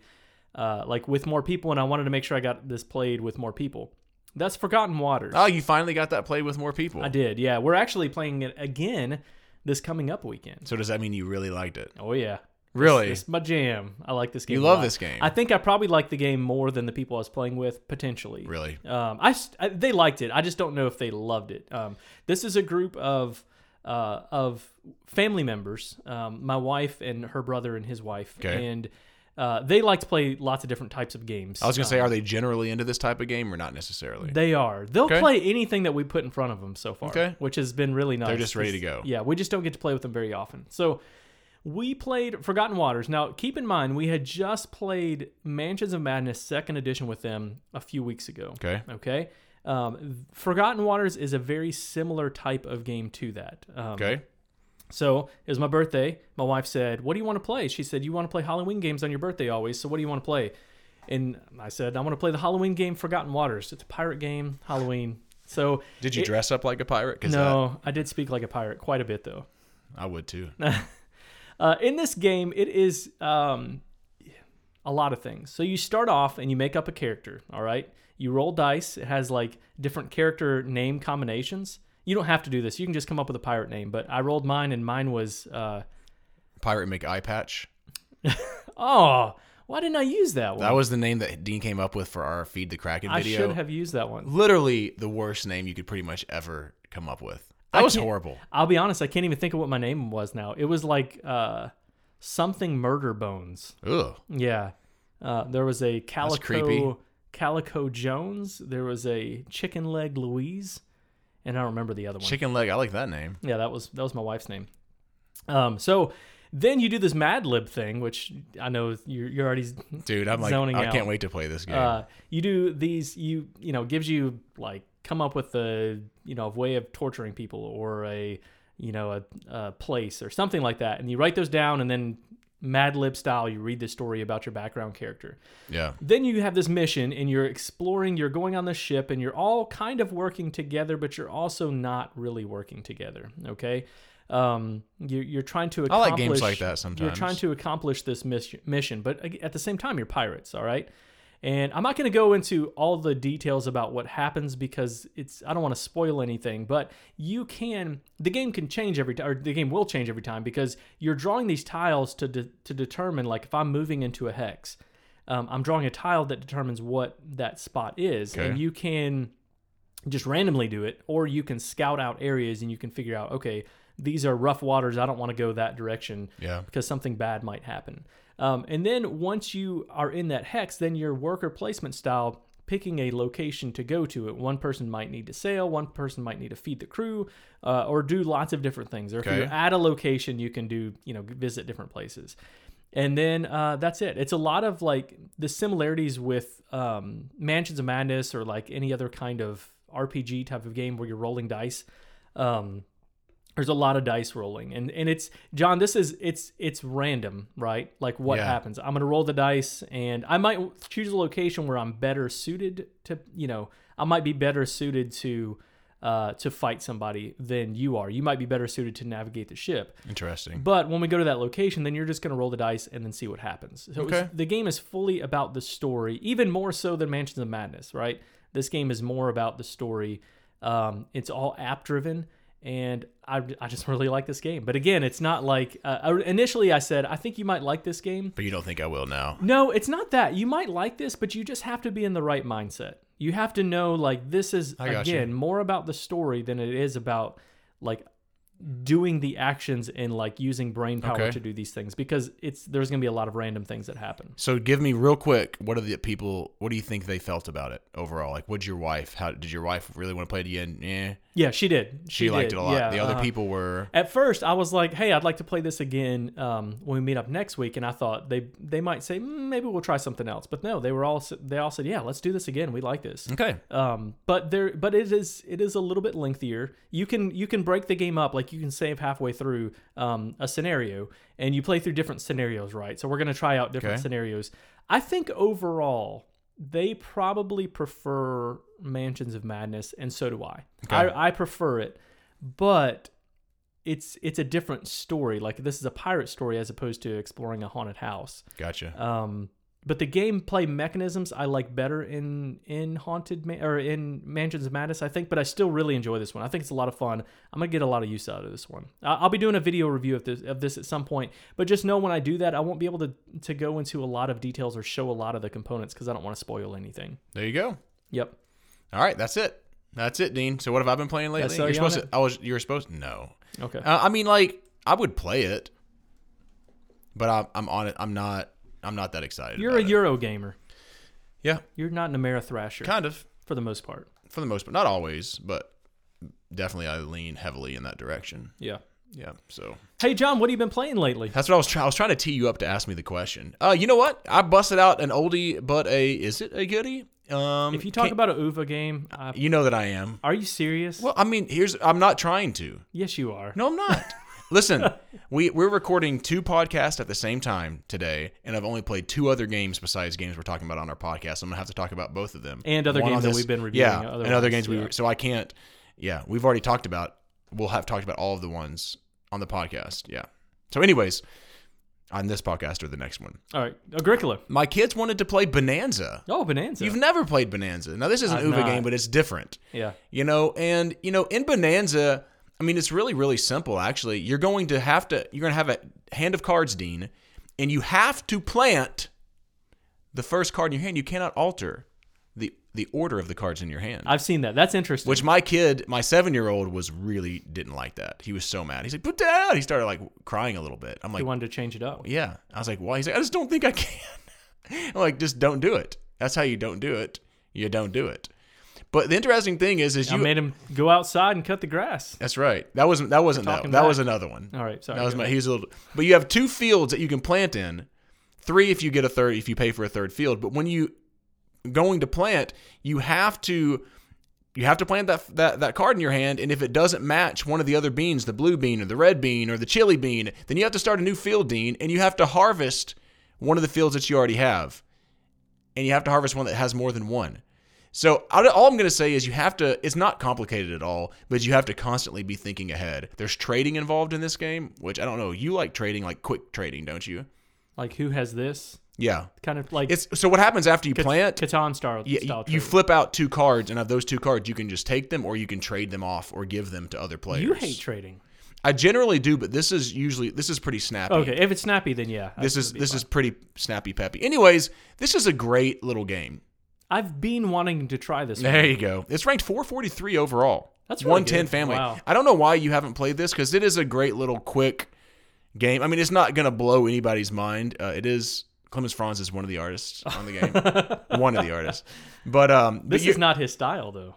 Speaker 1: uh, like with more people, and I wanted to make sure I got this played with more people. That's Forgotten Waters.
Speaker 2: Oh, you finally got that play with more people.
Speaker 1: I did, yeah. We're actually playing it again this coming up weekend.
Speaker 2: So, does that mean you really liked it?
Speaker 1: Oh yeah,
Speaker 2: Really?
Speaker 1: it's my jam. I like this game.
Speaker 2: You
Speaker 1: a
Speaker 2: love
Speaker 1: lot.
Speaker 2: this game.
Speaker 1: I think I probably like the game more than the people I was playing with potentially.
Speaker 2: really?
Speaker 1: Um, I, s- I- they liked it. I just don't know if they loved it. Um, this is a group of uh, of family members, um, my wife and her brother and his wife,
Speaker 2: Okay.
Speaker 1: and uh, they like to play lots of different types of games.
Speaker 2: I was going to say, are they generally into this type of game or not necessarily?
Speaker 1: They are. They'll
Speaker 2: Okay.
Speaker 1: play anything that we put in front of them so far,
Speaker 2: Okay.
Speaker 1: which has been really nice.
Speaker 2: just ready to go.
Speaker 1: Yeah, we just don't get to play with them very often. So we played Forgotten Waters. Now, keep in mind, we had just played Mansions of Madness Second Edition with them a few weeks ago.
Speaker 2: okay.
Speaker 1: Okay. Um, Forgotten Waters is a very similar type of game to that. Um,
Speaker 2: Okay.
Speaker 1: So it was my birthday. My wife said, What do you want to play? She said, You want to play Halloween games on your birthday always. So what do you want to play? And I said, I want to play the Halloween game Forgotten Waters. It's a pirate game, Halloween. So
Speaker 2: Did you
Speaker 1: it-
Speaker 2: dress up like a pirate? Because
Speaker 1: No, I did speak like a pirate quite a bit though.
Speaker 2: I would too.
Speaker 1: Uh, in this game, it is um, a lot of things. So you start off and you make up a character, all right? You roll dice, it has like different character name combinations. You don't have to do this. You can just come up with a pirate name, but I rolled mine and mine was uh
Speaker 2: Pirate McEye Patch.
Speaker 1: oh, why didn't I use that one?
Speaker 2: That was the name that Dean came up with for our Feed the Kraken
Speaker 1: Mm. I
Speaker 2: video.
Speaker 1: should have used that one.
Speaker 2: Literally the worst name you could pretty much ever come up with. That
Speaker 1: I
Speaker 2: was
Speaker 1: can't-
Speaker 2: horrible.
Speaker 1: I'll be honest, I can't even think of what my name was now. It was like uh something murder bones.
Speaker 2: Ugh.
Speaker 1: Yeah. Uh, there was a calico
Speaker 2: creepy.
Speaker 1: Calico Jones. There was a chicken leg Louise, and I don't remember the other one.
Speaker 2: Chicken leg. I like that name.
Speaker 1: yeah, that was that was my wife's name. Um, so then you do this Mad Lib thing, which I know you're, you're already.
Speaker 2: Dude, I'm like,
Speaker 1: Zoning
Speaker 2: I
Speaker 1: out.
Speaker 2: can't wait to play this game.
Speaker 1: Uh, you do these. You you know gives you like come up with a you know way of torturing people or a you know a, a place or something like that, and you write those down, and then Mad Lib style, you read the story about your background character.
Speaker 2: yeah.
Speaker 1: Then you have this mission and you're exploring, you're going on this ship and you're all kind of working together, but you're also not really working together. Okay. Um, you, you're trying to
Speaker 2: I
Speaker 1: accomplish.
Speaker 2: like games like that
Speaker 1: You're
Speaker 2: sometimes.
Speaker 1: trying to accomplish this mission, mission, but ag- at the same time, you're pirates. All right. And I'm not going to go into all the details about what happens because it's I don't want to spoil anything, but you can the game can change every time or the game will change every time because you're drawing these tiles to de- to determine like if I'm moving into a hex, um, I'm drawing a tile that determines what that spot is, and
Speaker 2: Okay.
Speaker 1: you can just randomly do it, or you can scout out areas and you can figure out okay these are rough waters, I don't want to go that direction
Speaker 2: Yeah.
Speaker 1: because something bad might happen. Um, and then once you are in that hex, then your worker placement style picking a location to go to it. One person might need to sail, one person might need to feed the crew, uh, or do lots of different things. Or if
Speaker 2: Okay.
Speaker 1: you're at a location, you can do you know visit different places. And then uh, that's it. It's a lot of like the similarities with um, Mansions of Madness or like any other kind of RPG type of game where you're rolling dice. Um, there's a lot of dice rolling and and it's john this is it's it's random right like what
Speaker 2: Yeah.
Speaker 1: happens i'm gonna roll the dice and i might choose a location where i'm better suited to you know i might be better suited to uh, to fight somebody than you are you might be better suited to navigate the ship
Speaker 2: Interesting.
Speaker 1: but when we go to that location then you're just going to roll the dice and then see what happens so it's,
Speaker 2: Okay.
Speaker 1: the game is fully about the story even more so than mansions of madness right this game is more about the story um, it's all app driven and I, I just really like this game but again it's not like uh, I- initially i said i think you might like this game
Speaker 2: But you don't think I will now.
Speaker 1: no, it's not that. You might like this, but you just have to be in the right mindset. You have to know like this is
Speaker 2: I gotcha.
Speaker 1: again more about the story than it is about like doing the actions and like using brain power
Speaker 2: Okay.
Speaker 1: to do these things because it's there's going to be a lot of random things that happen.
Speaker 2: So give me real quick, what are the people what do you think they felt about it overall? Like what'd your wife how did your wife really want to play it again? Yeah.
Speaker 1: Yeah, she did.
Speaker 2: She, liked
Speaker 1: did.
Speaker 2: it a lot.
Speaker 1: Yeah,
Speaker 2: the other
Speaker 1: uh-huh.
Speaker 2: people were
Speaker 1: At first, I was like, "Hey, I'd like to play this again um, when we meet up next week," and I thought they they might say "Mm, maybe we'll try something else, but no, they were all s- they all said, "Yeah, let's do this again. We like this."
Speaker 2: Okay.
Speaker 1: um but there but it is it is a little bit lengthier you can you can break the game up like you can save halfway through um a scenario and you play through different scenarios right so we're going to try out different
Speaker 2: Okay.
Speaker 1: scenarios i think overall they probably prefer mansions of madness and so do i
Speaker 2: Okay.
Speaker 1: i, I prefer it but it's it's a different story like this is a pirate story as opposed to exploring a haunted house
Speaker 2: Gotcha.
Speaker 1: um, but the gameplay mechanisms I like better in in Haunted Ma- or in Mansions of Madness, I think. But I still really enjoy this one. I think it's a lot of fun. I'm gonna get a lot of use out of this one. I- I'll be doing a video review of this of this at some point. But just know when I do that, I won't be able to to go into a lot of details or show a lot of the components because I don't want to spoil anything.
Speaker 2: there you go.
Speaker 1: Yep.
Speaker 2: All right, that's it. That's it, Dean. So what have I been playing lately?
Speaker 1: all
Speaker 2: You're
Speaker 1: you on
Speaker 2: supposed to I was you were supposed to no.
Speaker 1: Okay.
Speaker 2: Uh, I mean like I would play it. But I I'm on it. I'm not I'm not that excited.
Speaker 1: You're a
Speaker 2: about it.
Speaker 1: Euro gamer.
Speaker 2: Yeah,
Speaker 1: You're not an Amerithrasher
Speaker 2: kind of.
Speaker 1: for the most part.
Speaker 2: for the most part, not always, but definitely I lean heavily in that direction.
Speaker 1: Yeah.
Speaker 2: Yeah, so
Speaker 1: Hey John, what have you been playing lately?
Speaker 2: that's what I was trying. I was trying to tee you up to ask me the question. Uh, you know what? I busted out an oldie, but a is it a goodie? Um,
Speaker 1: If you talk
Speaker 2: can't-
Speaker 1: about a UVA game, I,
Speaker 2: you know that I am.
Speaker 1: are you serious?
Speaker 2: Well, I mean, here's I'm not trying to.
Speaker 1: yes, you are.
Speaker 2: No, I'm not. Listen, we we're recording two podcasts at the same time today, and I've only played two other games besides games we're talking about on our podcast. I'm gonna have to talk about both of them
Speaker 1: And other
Speaker 2: One
Speaker 1: games
Speaker 2: on
Speaker 1: that
Speaker 2: this-
Speaker 1: we've been reviewing,
Speaker 2: Yeah,
Speaker 1: other
Speaker 2: and other
Speaker 1: ones,
Speaker 2: games we
Speaker 1: yeah.
Speaker 2: so I can't. Yeah, we've already talked about. We'll have talked about all of the ones on the podcast. Yeah. So, anyways, on this podcast or the next one.
Speaker 1: All right, Agricola.
Speaker 2: My kids wanted to play Bonanza.
Speaker 1: Oh, Bonanza.
Speaker 2: You've never played Bonanza. Now this is an
Speaker 1: I've
Speaker 2: Uva
Speaker 1: not.
Speaker 2: game, but it's different.
Speaker 1: yeah.
Speaker 2: You know, and you know, in Bonanza, I mean, it's really, really simple. Actually, you're going to have to you're going to have a hand of cards, Dean, and you have to plant the first card in your hand. You cannot alter the the order of the cards in your hand.
Speaker 1: I've seen that. That's interesting.
Speaker 2: Which my kid, my seven year old, was really didn't like that. He was so mad. He's like, "Put that out!" He started like crying a little bit. I'm like,
Speaker 1: he wanted to change it up.
Speaker 2: yeah. I was like, why? He's like, I just don't think I can. I'm like, just don't do it. That's how you don't do it. You don't do it. But the interesting thing is, is
Speaker 1: I
Speaker 2: you.
Speaker 1: made him go outside and cut the grass.
Speaker 2: that's right. That wasn't. That wasn't that.
Speaker 1: talking
Speaker 2: That
Speaker 1: back.
Speaker 2: was another one.
Speaker 1: All right, sorry.
Speaker 2: That was
Speaker 1: go
Speaker 2: my.
Speaker 1: ahead.
Speaker 2: He was a little. But you have two fields that you can plant in. Three if you get a third. If you pay for a third field. But when you going to plant, you have to. You have to plant that, that that card in your hand, and if it doesn't match one of the other beans, the blue bean or the red bean or the chili bean, then you have to start a new field, Dean, and you have to harvest one of the fields that you already have, and you have to harvest one that has more than one. So I- all I'm going to say is you have to. It's not complicated at all, but you have to constantly be thinking ahead. There's trading involved in this game, which I don't know. You like trading, like quick trading, don't you?
Speaker 1: like who has this
Speaker 2: Yeah.
Speaker 1: kind of like
Speaker 2: It's so what happens after you plant.
Speaker 1: Catan style.
Speaker 2: Yeah,
Speaker 1: style
Speaker 2: you, you
Speaker 1: trade.
Speaker 2: flip out two cards, and of those two cards, you can just take them, or you can trade them off, or give them to other players.
Speaker 1: You hate trading.
Speaker 2: I generally do, but this is usually this is pretty snappy.
Speaker 1: Okay, if it's snappy, then yeah. I-
Speaker 2: This is this is pretty snappy peppy. Anyways, this is a great little game.
Speaker 1: I've been wanting to try this.
Speaker 2: There
Speaker 1: one.
Speaker 2: you go. It's ranked 443 overall.
Speaker 1: That's really
Speaker 2: 110
Speaker 1: good.
Speaker 2: family.
Speaker 1: Wow.
Speaker 2: I don't know why you haven't played this because it is a great little quick game. I mean, it's not going to blow anybody's mind. Uh, it is. Clemens Franz is one of the artists on the game. one of the artists. But um, but
Speaker 1: This
Speaker 2: you-
Speaker 1: is not his style though.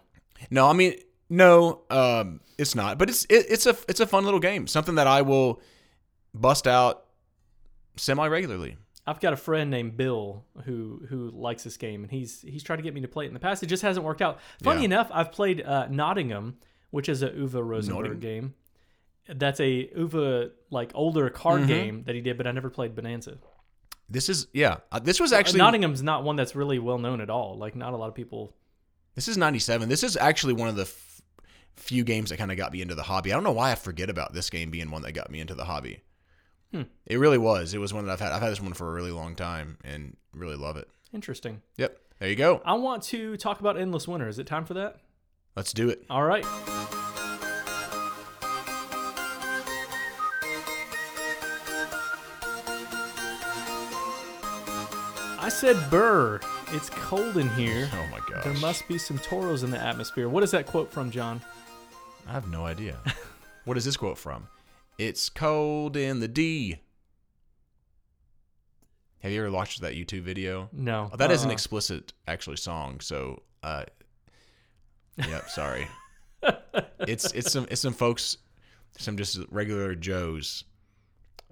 Speaker 2: no, I mean, no, um, it's not. But it's it, it's a it's a fun little game. Something that I will bust out semi regularly.
Speaker 1: I've got a friend named Bill who who likes this game, and he's he's tried to get me to play it in the past. It just hasn't worked out. Funny
Speaker 2: Yeah.
Speaker 1: enough, I've played uh, Nottingham, which is a Uwe Rosenberg
Speaker 2: Nottingham?
Speaker 1: game. That's a Uwe like older
Speaker 2: Mm-hmm.
Speaker 1: card game that he did, but I never played Bonanza.
Speaker 2: This is yeah. Uh, this was
Speaker 1: Actually,
Speaker 2: actually
Speaker 1: Nottingham's not one that's really well known at all. Like not a lot of people.
Speaker 2: This is 97. This is actually one of the f- few games that kind of got me into the hobby. I don't know why I forget about this game being one that got me into the hobby.
Speaker 1: Hmm.
Speaker 2: It really was. It was one that I've had. I've had this one for a really long time and really love it.
Speaker 1: Interesting.
Speaker 2: Yep. There you go.
Speaker 1: I want to talk about Endless Winter. Is it time for that?
Speaker 2: Let's do it.
Speaker 1: All right. I said burr. It's cold in here.
Speaker 2: Oh my gosh.
Speaker 1: There must be some toros in the atmosphere. What is that quote from, John?
Speaker 2: I have no idea. what is this quote from? It's cold in the D. Have you ever watched that YouTube video?
Speaker 1: No.
Speaker 2: Oh, that is an
Speaker 1: Uh-uh.
Speaker 2: explicit, actually, song. So, uh, yep. Sorry. it's it's some it's some folks, some just regular Joes,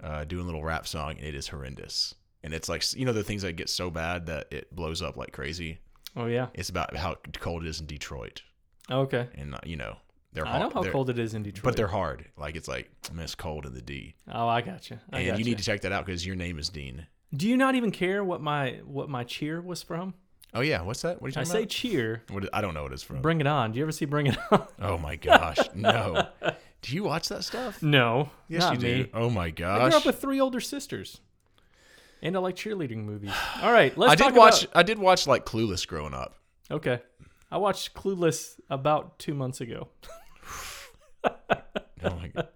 Speaker 2: uh, doing a little rap song, and it is horrendous. And it's like you know the things that get so bad that it blows up like crazy.
Speaker 1: Oh, yeah.
Speaker 2: It's about how cold it is in Detroit,
Speaker 1: Okay.
Speaker 2: and uh, you know they're
Speaker 1: I know
Speaker 2: hard-
Speaker 1: how
Speaker 2: they're-
Speaker 1: cold it is in Detroit.
Speaker 2: but they're hard. Like it's like man, it's cold in the D,
Speaker 1: Oh, I got you. I
Speaker 2: and
Speaker 1: got
Speaker 2: you need to check that out because your name is Dean.
Speaker 1: Do you not even care what my what my cheer was from?
Speaker 2: Oh yeah, what's that? What are you
Speaker 1: I
Speaker 2: talking
Speaker 1: say
Speaker 2: about?
Speaker 1: cheer.
Speaker 2: What- I don't know what it's from.
Speaker 1: Bring it on. Do you ever see Bring It On?
Speaker 2: Oh my gosh, no. Do you watch that stuff?
Speaker 1: no.
Speaker 2: Yes,
Speaker 1: not
Speaker 2: you
Speaker 1: me.
Speaker 2: do. Oh my
Speaker 1: I
Speaker 2: gosh.
Speaker 1: grew up with three older sisters, and I like cheerleading movies. All right, let's
Speaker 2: I
Speaker 1: talk
Speaker 2: did watch.
Speaker 1: about-
Speaker 2: I did watch like Clueless growing up.
Speaker 1: okay, I watched Clueless about two months ago.
Speaker 2: Oh my god.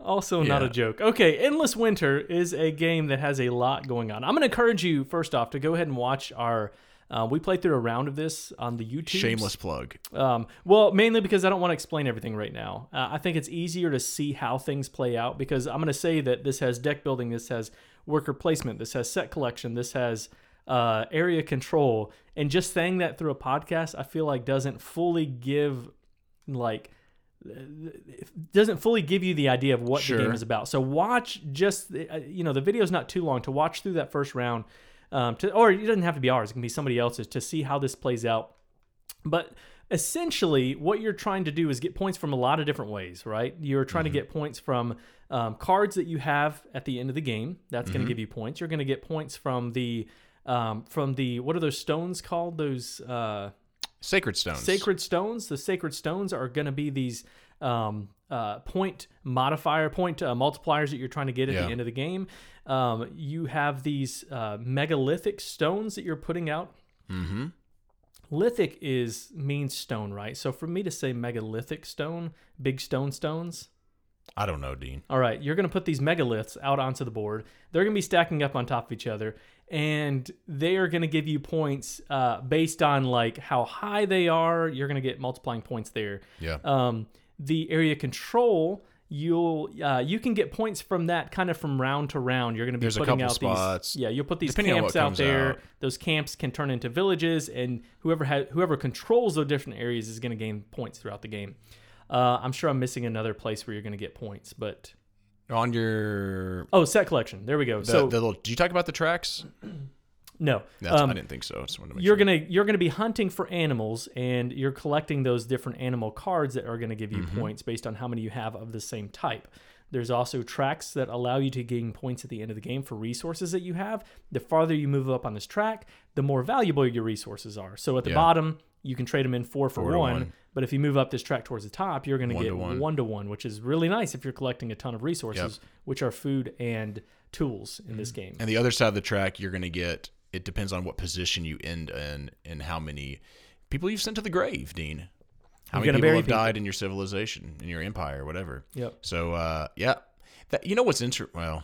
Speaker 1: Also, not a
Speaker 2: Yeah.
Speaker 1: joke. Okay, Endless Winter is a game that has a lot going on. I'm going to encourage you first off to go ahead and watch our. Uh, we played through a round of this on the YouTube.
Speaker 2: Shameless plug.
Speaker 1: Um, well, mainly because I don't want to explain everything right now. Uh, I think it's easier to see how things play out because I'm going to say that this has deck building, this has worker placement, this has set collection, this has uh, area control, and just saying that through a podcast, I feel like doesn't fully give like doesn't fully give you the idea of what the game
Speaker 2: Sure.
Speaker 1: is about. So watch just uh, you know the video's not too long to watch through that first round, um, to, or it doesn't have to be ours. It can be somebody else's to see how this plays out. But essentially, what you're trying to do is get points from a lot of different ways, right? You're trying to get points from um, cards that you have at the end of the game. That's going to give you points. You're going to get points from the um, from the what are those stones called? Those uh,
Speaker 2: Sacred stones.
Speaker 1: Sacred stones. The sacred stones are going to be these um, uh, point modifier, point uh, multipliers that you're trying to get at
Speaker 2: Yeah.
Speaker 1: the end of the game. Um, you have these uh, megalithic stones that you're putting out.
Speaker 2: Mm-hmm.
Speaker 1: Lithic is means stone, right? So for me to say megalithic stone, big stone stones.
Speaker 2: I don't know, Dean.
Speaker 1: All right, you're going to put these megaliths out onto the board. They're going to be stacking up on top of each other, and they are going to give you points uh, based on like how high they are. You're going to get multiplying points there.
Speaker 2: Yeah.
Speaker 1: Um, the area control, you'll uh, you can get points from that kind of from round to round. You're going to be
Speaker 2: There's a
Speaker 1: putting
Speaker 2: couple
Speaker 1: out
Speaker 2: spots.
Speaker 1: these. Yeah, you'll put these
Speaker 2: Depending on
Speaker 1: camps
Speaker 2: what
Speaker 1: out
Speaker 2: comes
Speaker 1: there.
Speaker 2: out.
Speaker 1: Those camps can turn into villages, and whoever ha- whoever controls the different areas is going to gain points throughout the game. Uh, I'm sure I'm missing another place where you're going to get points, but
Speaker 2: On your
Speaker 1: Oh, set collection. There we go.
Speaker 2: the,
Speaker 1: so
Speaker 2: the little, did you talk about the tracks?
Speaker 1: no,
Speaker 2: That's,
Speaker 1: um,
Speaker 2: I didn't think so. I just wanted to make
Speaker 1: you're
Speaker 2: sure.
Speaker 1: gonna you're gonna be hunting for animals, and you're collecting those different animal cards that are gonna give
Speaker 2: Mm-hmm.
Speaker 1: you points based on how many you have of the same type. There's also tracks that allow you to gain points at the end of the game for resources that you have. The farther you move up on this track, the more valuable your resources are. So at the
Speaker 2: Yeah.
Speaker 1: bottom, you can trade them in four for
Speaker 2: to
Speaker 1: one,
Speaker 2: one.
Speaker 1: But if you move up this track towards the top, you're going to
Speaker 2: One
Speaker 1: get
Speaker 2: to one.
Speaker 1: one to one, which is really nice if you're collecting a ton of resources, which are food and tools in this game.
Speaker 2: and the other side of the track, you're going to get. It depends on what position you end in and how many people you've sent to the grave, Dean. How
Speaker 1: You're gonna
Speaker 2: many people
Speaker 1: bury
Speaker 2: have
Speaker 1: people.
Speaker 2: died in your civilization, in your empire, whatever.
Speaker 1: Yep.
Speaker 2: So, uh, yeah, that you know what's interesting. Well,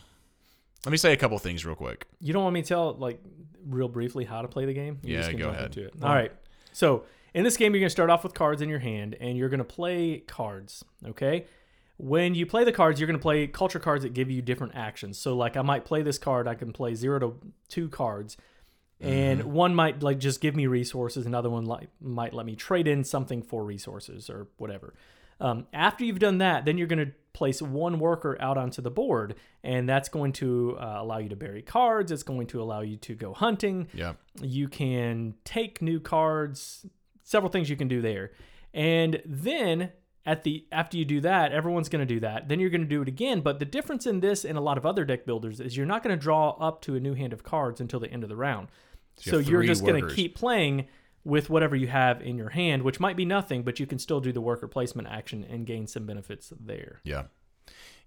Speaker 2: let me say a couple things real quick.
Speaker 1: You don't want me to tell like real briefly how to play the game? You're
Speaker 2: Yeah,
Speaker 1: gonna
Speaker 2: go
Speaker 1: jump
Speaker 2: ahead.
Speaker 1: into it. All right. So in this game, you're gonna start off with cards in your hand, and you're gonna play cards. Okay. When you play the cards, you're gonna play culture cards that give you different actions. So like I might play this card, I can play zero to two cards. And one might like just give me resources, another one like might let me trade in something for resources or whatever. Um, after you've done that, then you're going to place one worker out onto the board, and that's going to uh, allow you to bury cards. It's going to allow you to go hunting.
Speaker 2: Yeah.
Speaker 1: You can take new cards. Several things you can do there, and then at the after you do that, everyone's going to do that. Then you're going to do it again. But the difference in this and a lot of other deck builders is you're not going to draw up to a new hand of cards until the end of the round.
Speaker 2: So you
Speaker 1: So
Speaker 2: have
Speaker 1: you're
Speaker 2: three
Speaker 1: just going to
Speaker 2: workers.
Speaker 1: keep playing with whatever you have in your hand, which might be nothing, but you can still do the worker placement action and gain some benefits there.
Speaker 2: Yeah.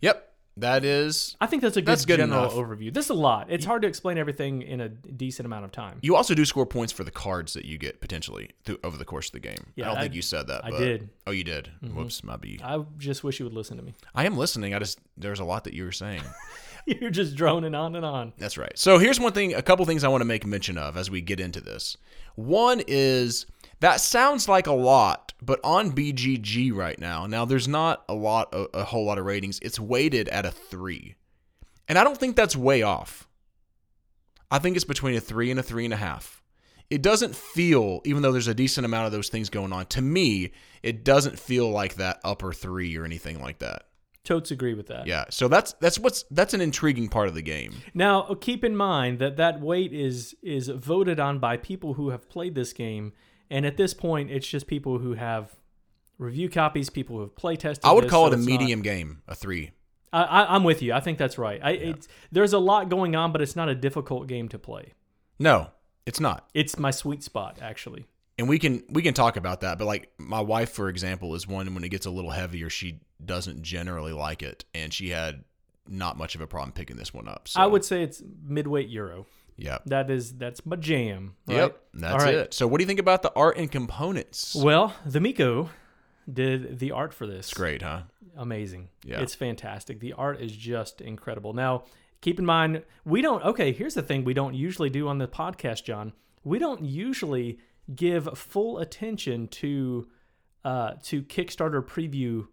Speaker 2: Yep. That is.
Speaker 1: I think that's a good,
Speaker 2: That's good
Speaker 1: general
Speaker 2: enough.
Speaker 1: overview. This is a lot. It's hard to explain everything in a decent amount of time.
Speaker 2: You also do score points for the cards that you get potentially through, over the course of the game.
Speaker 1: Yeah,
Speaker 2: I don't
Speaker 1: I-
Speaker 2: think you said that.
Speaker 1: I
Speaker 2: but-
Speaker 1: did. Mm-hmm.
Speaker 2: Oh, you did. Whoops, my B.
Speaker 1: I just wish you would listen to me.
Speaker 2: I am listening. I just there's a lot that you were saying.
Speaker 1: You're just droning on and on.
Speaker 2: That's right. So here's one thing, a couple things I want to make mention of as we get into this. One is that sounds like a lot, but on BGG right now, now there's not a lot, a, a whole lot of ratings. It's weighted at a three, and I don't think that's way off. I think it's between a three and a three and a half. It doesn't feel, even though there's a decent amount of those things going on, to me, it doesn't feel like that upper three or anything like that.
Speaker 1: Totes agree with that.
Speaker 2: Yeah. So that's that's what's that's an intriguing part of the game.
Speaker 1: Now, uh, keep in mind that that weight is is voted on by people who have played this game, and at this point, it's just people who have review copies, people who have play tested.
Speaker 2: I would
Speaker 1: this, so
Speaker 2: call it a
Speaker 1: it's not-
Speaker 2: medium game, a three.
Speaker 1: I, I, I'm with you. I think that's right. I, it's, there's a lot going on, but it's not a difficult game to play.
Speaker 2: No, it's not.
Speaker 1: It's my sweet spot, actually.
Speaker 2: And we can we can talk about that. But like my wife, for example, is one when it gets a little heavier, she doesn't generally like it, and she had not much of a problem picking this one up. So
Speaker 1: I would say it's midweight euro.
Speaker 2: yeah.
Speaker 1: That is that's my jam. Right?
Speaker 2: Yep, that's
Speaker 1: All right.
Speaker 2: it. So, what do you think about the art and components?
Speaker 1: Well, the Miko did the art for this.
Speaker 2: Great, huh?
Speaker 1: amazing.
Speaker 2: Yeah.
Speaker 1: It's fantastic. The art is just incredible. Now, keep in mind, we don't, okay, here's the thing we don't usually do on the podcast, John. We don't usually give full attention to uh, to Kickstarter preview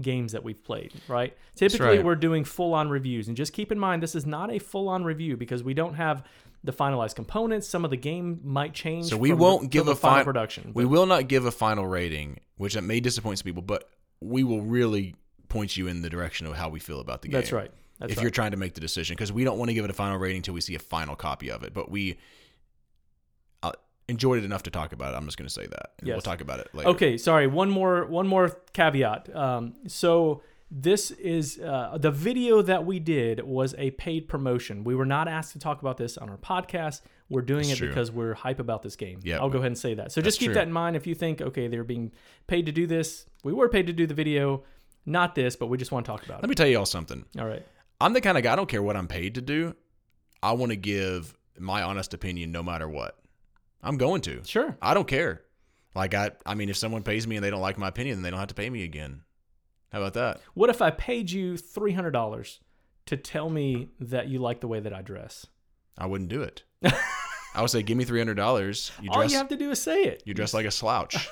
Speaker 1: games that we've played, right? Typically,
Speaker 2: right.
Speaker 1: we're doing full on reviews. And just keep in mind, this is not a full on review because we don't have the finalized components. Some of the game might change.
Speaker 2: So we
Speaker 1: from the-
Speaker 2: won't
Speaker 1: from
Speaker 2: give
Speaker 1: the
Speaker 2: a
Speaker 1: final
Speaker 2: fin-
Speaker 1: production.
Speaker 2: We will not give a final rating, which that may disappoint some people, but we will really point you in the direction of how we feel about the game.
Speaker 1: That's right. That's
Speaker 2: if
Speaker 1: right.
Speaker 2: you're trying to make the decision because we don't want to give it a final rating until we see a final copy of it but we uh, enjoyed it enough to talk about it i'm just going to say that and we'll
Speaker 1: Yes.
Speaker 2: talk about it later
Speaker 1: Okay, sorry. One more one more caveat. Um, so this is uh, the video that we did was a paid promotion. We were not asked to talk about this on our podcast. We're doing
Speaker 2: That's
Speaker 1: it
Speaker 2: true.
Speaker 1: because we're hype about this game.
Speaker 2: Yeah.
Speaker 1: I'll go ahead and say that. So just keep
Speaker 2: true.
Speaker 1: that in mind if you think okay, they're being paid to do this. We were paid to do the video. Not this, but we just want to talk about
Speaker 2: Let
Speaker 1: it.
Speaker 2: me tell you all something.
Speaker 1: All right.
Speaker 2: I'm the kind of guy, I don't care what I'm paid to do. I want to give my honest opinion no matter what. I'm going to.
Speaker 1: Sure.
Speaker 2: I don't care. Like I I mean if someone pays me and they don't like my opinion, then they don't have to pay me again. How about that?
Speaker 1: What if I paid you $300 to tell me that you like the way that I dress?
Speaker 2: I wouldn't do it. I would say give me $300. You
Speaker 1: All
Speaker 2: dress
Speaker 1: you have to do is say it.
Speaker 2: you dress like a slouch.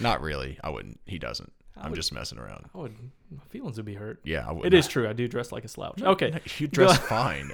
Speaker 2: Not really. I wouldn't. He doesn't. I'm
Speaker 1: would-
Speaker 2: just messing around.
Speaker 1: I would, Oh, my feelings would be hurt.
Speaker 2: Yeah, I
Speaker 1: It
Speaker 2: wouldn't.
Speaker 1: is true. I do dress like a
Speaker 2: Mm-hmm.
Speaker 1: slouch. Okay.
Speaker 2: You dress fine.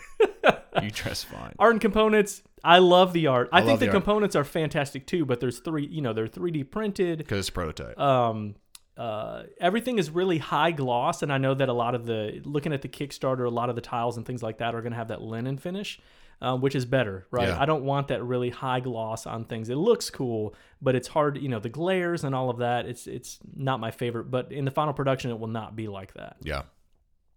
Speaker 2: You dress fine.
Speaker 1: art and components i love the art i, think
Speaker 2: love
Speaker 1: the,
Speaker 2: the art.
Speaker 1: components are fantastic too but there's three you know they're 3d printed
Speaker 2: Because it's prototype.
Speaker 1: um uh, everything is really high gloss, and I know that a lot of the looking at the Kickstarter, a lot of the tiles and things like that are going to have that linen finish, um, which is better, right?
Speaker 2: Yeah.
Speaker 1: I don't want that really high gloss on things. It looks cool, but it's hard, you know, the glares and all of that. It's it's not my favorite, but in the final production, it will not be like that.
Speaker 2: yeah.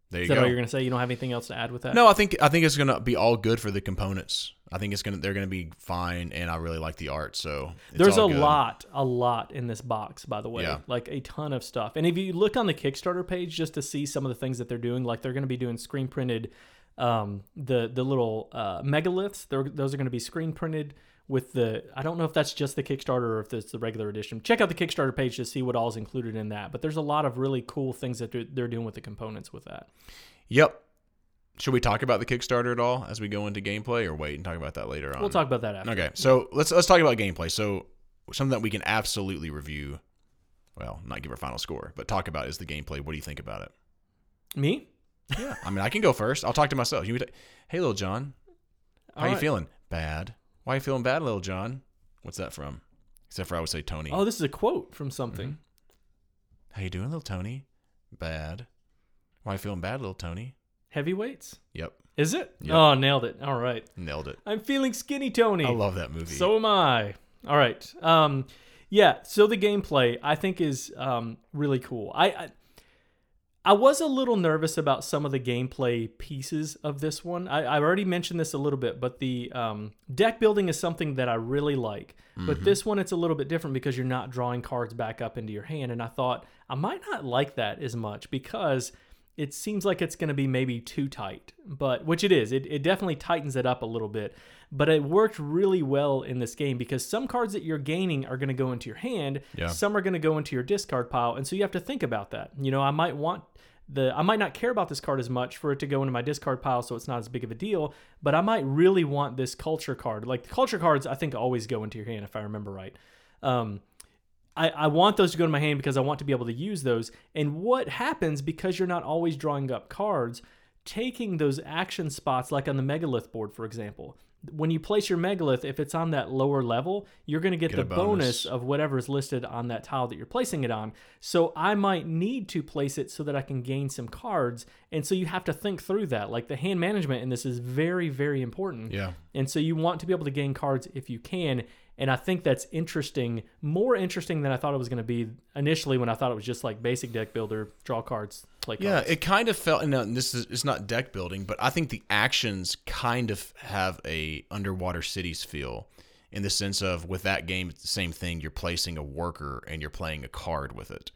Speaker 2: There you
Speaker 1: Is
Speaker 2: go.
Speaker 1: that all you're going to say? You don't have anything else to add with that?
Speaker 2: No, I think I think it's gonna be all good for the components. I think it's gonna they're gonna be fine, and I really like the art. So it's
Speaker 1: There's a
Speaker 2: all good.
Speaker 1: lot, a lot in this box, by the way.
Speaker 2: Yeah.
Speaker 1: Like a ton of stuff. And if you look on the Kickstarter page just to see some of the things that they're doing, like they're going to be doing screen printed, um, the the little uh, megaliths. They're, those are going to be screen printed with the. I don't know if that's just the Kickstarter or if it's the regular edition. Check out the Kickstarter page to see what all is included in that. But there's a lot of really cool things that they're, they're doing with the components with that.
Speaker 2: Yep. Should we talk about the Kickstarter at all as we go into gameplay, or wait and talk about that later on?
Speaker 1: We'll talk about that after.
Speaker 2: Okay, so let's let's talk about gameplay. So something that we can absolutely review. Well, not give our final score, but talk about is the gameplay. What do you think about it?
Speaker 1: Me?
Speaker 2: Yeah, I mean, I can go first. I'll talk to myself. You, can ta- hey, little John, how
Speaker 1: All
Speaker 2: you
Speaker 1: right.
Speaker 2: feeling? Bad. Why you feeling bad, little John? What's that from? Except for I would say Tony.
Speaker 1: Oh, this is a quote from something.
Speaker 2: Mm-hmm. How you doing, little Tony? Bad. Why you feeling bad, little Tony?
Speaker 1: Heavyweights?
Speaker 2: Yep,
Speaker 1: Is it?
Speaker 2: Yep.
Speaker 1: Oh, nailed it. All right.
Speaker 2: nailed it.
Speaker 1: I'm feeling skinny, Tony.
Speaker 2: I love that movie.
Speaker 1: So am I. All right. Um, yeah. So the gameplay I think is um, really cool. I, I I was a little nervous about some of the gameplay pieces of this one. I, I already mentioned this a little bit, but the um, deck building is something that I really like.
Speaker 2: Mm-hmm.
Speaker 1: But this one, it's a little bit different because you're not drawing cards back up into your hand. And I thought I might not like that as much because it seems like it's going to be maybe too tight, but which it is. It, it definitely tightens it up a little bit. But it worked really well in this game because some cards that you're gaining are going to go into your hand.
Speaker 2: Yeah.
Speaker 1: Some are going to go into your discard pile, and so you have to think about that. You know, I might want the I might not care about this card as much for it to go into my discard pile, so it's not as big of a deal. But I might really want this culture card. Like the culture cards, I think always go into your hand if I remember right. Um, I, I want those to go to my hand because I want to be able to use those. And what happens because you're not always drawing up cards, taking those action spots, like on the megalith board, for example, when you place your megalith, if it's on that lower level, you're going to get,
Speaker 2: Get
Speaker 1: the
Speaker 2: a bonus.
Speaker 1: bonus of whatever is listed on that tile that you're placing it on. So I might need to place it so that I can gain some cards. And so you have to think through that. Like the hand management in this is very, very important.
Speaker 2: yeah,
Speaker 1: And so you want to be able to gain cards if you can. And I think that's interesting, more interesting than I thought it was going to be initially when I thought it was just like basic deck builder, draw cards, play cards.
Speaker 2: yeah. It kind of felt. No, this is it's not deck building, but I think the actions kind of have a underwater cities feel, in the sense of with that game, it's the same thing. You're placing a worker and you're playing a card with it.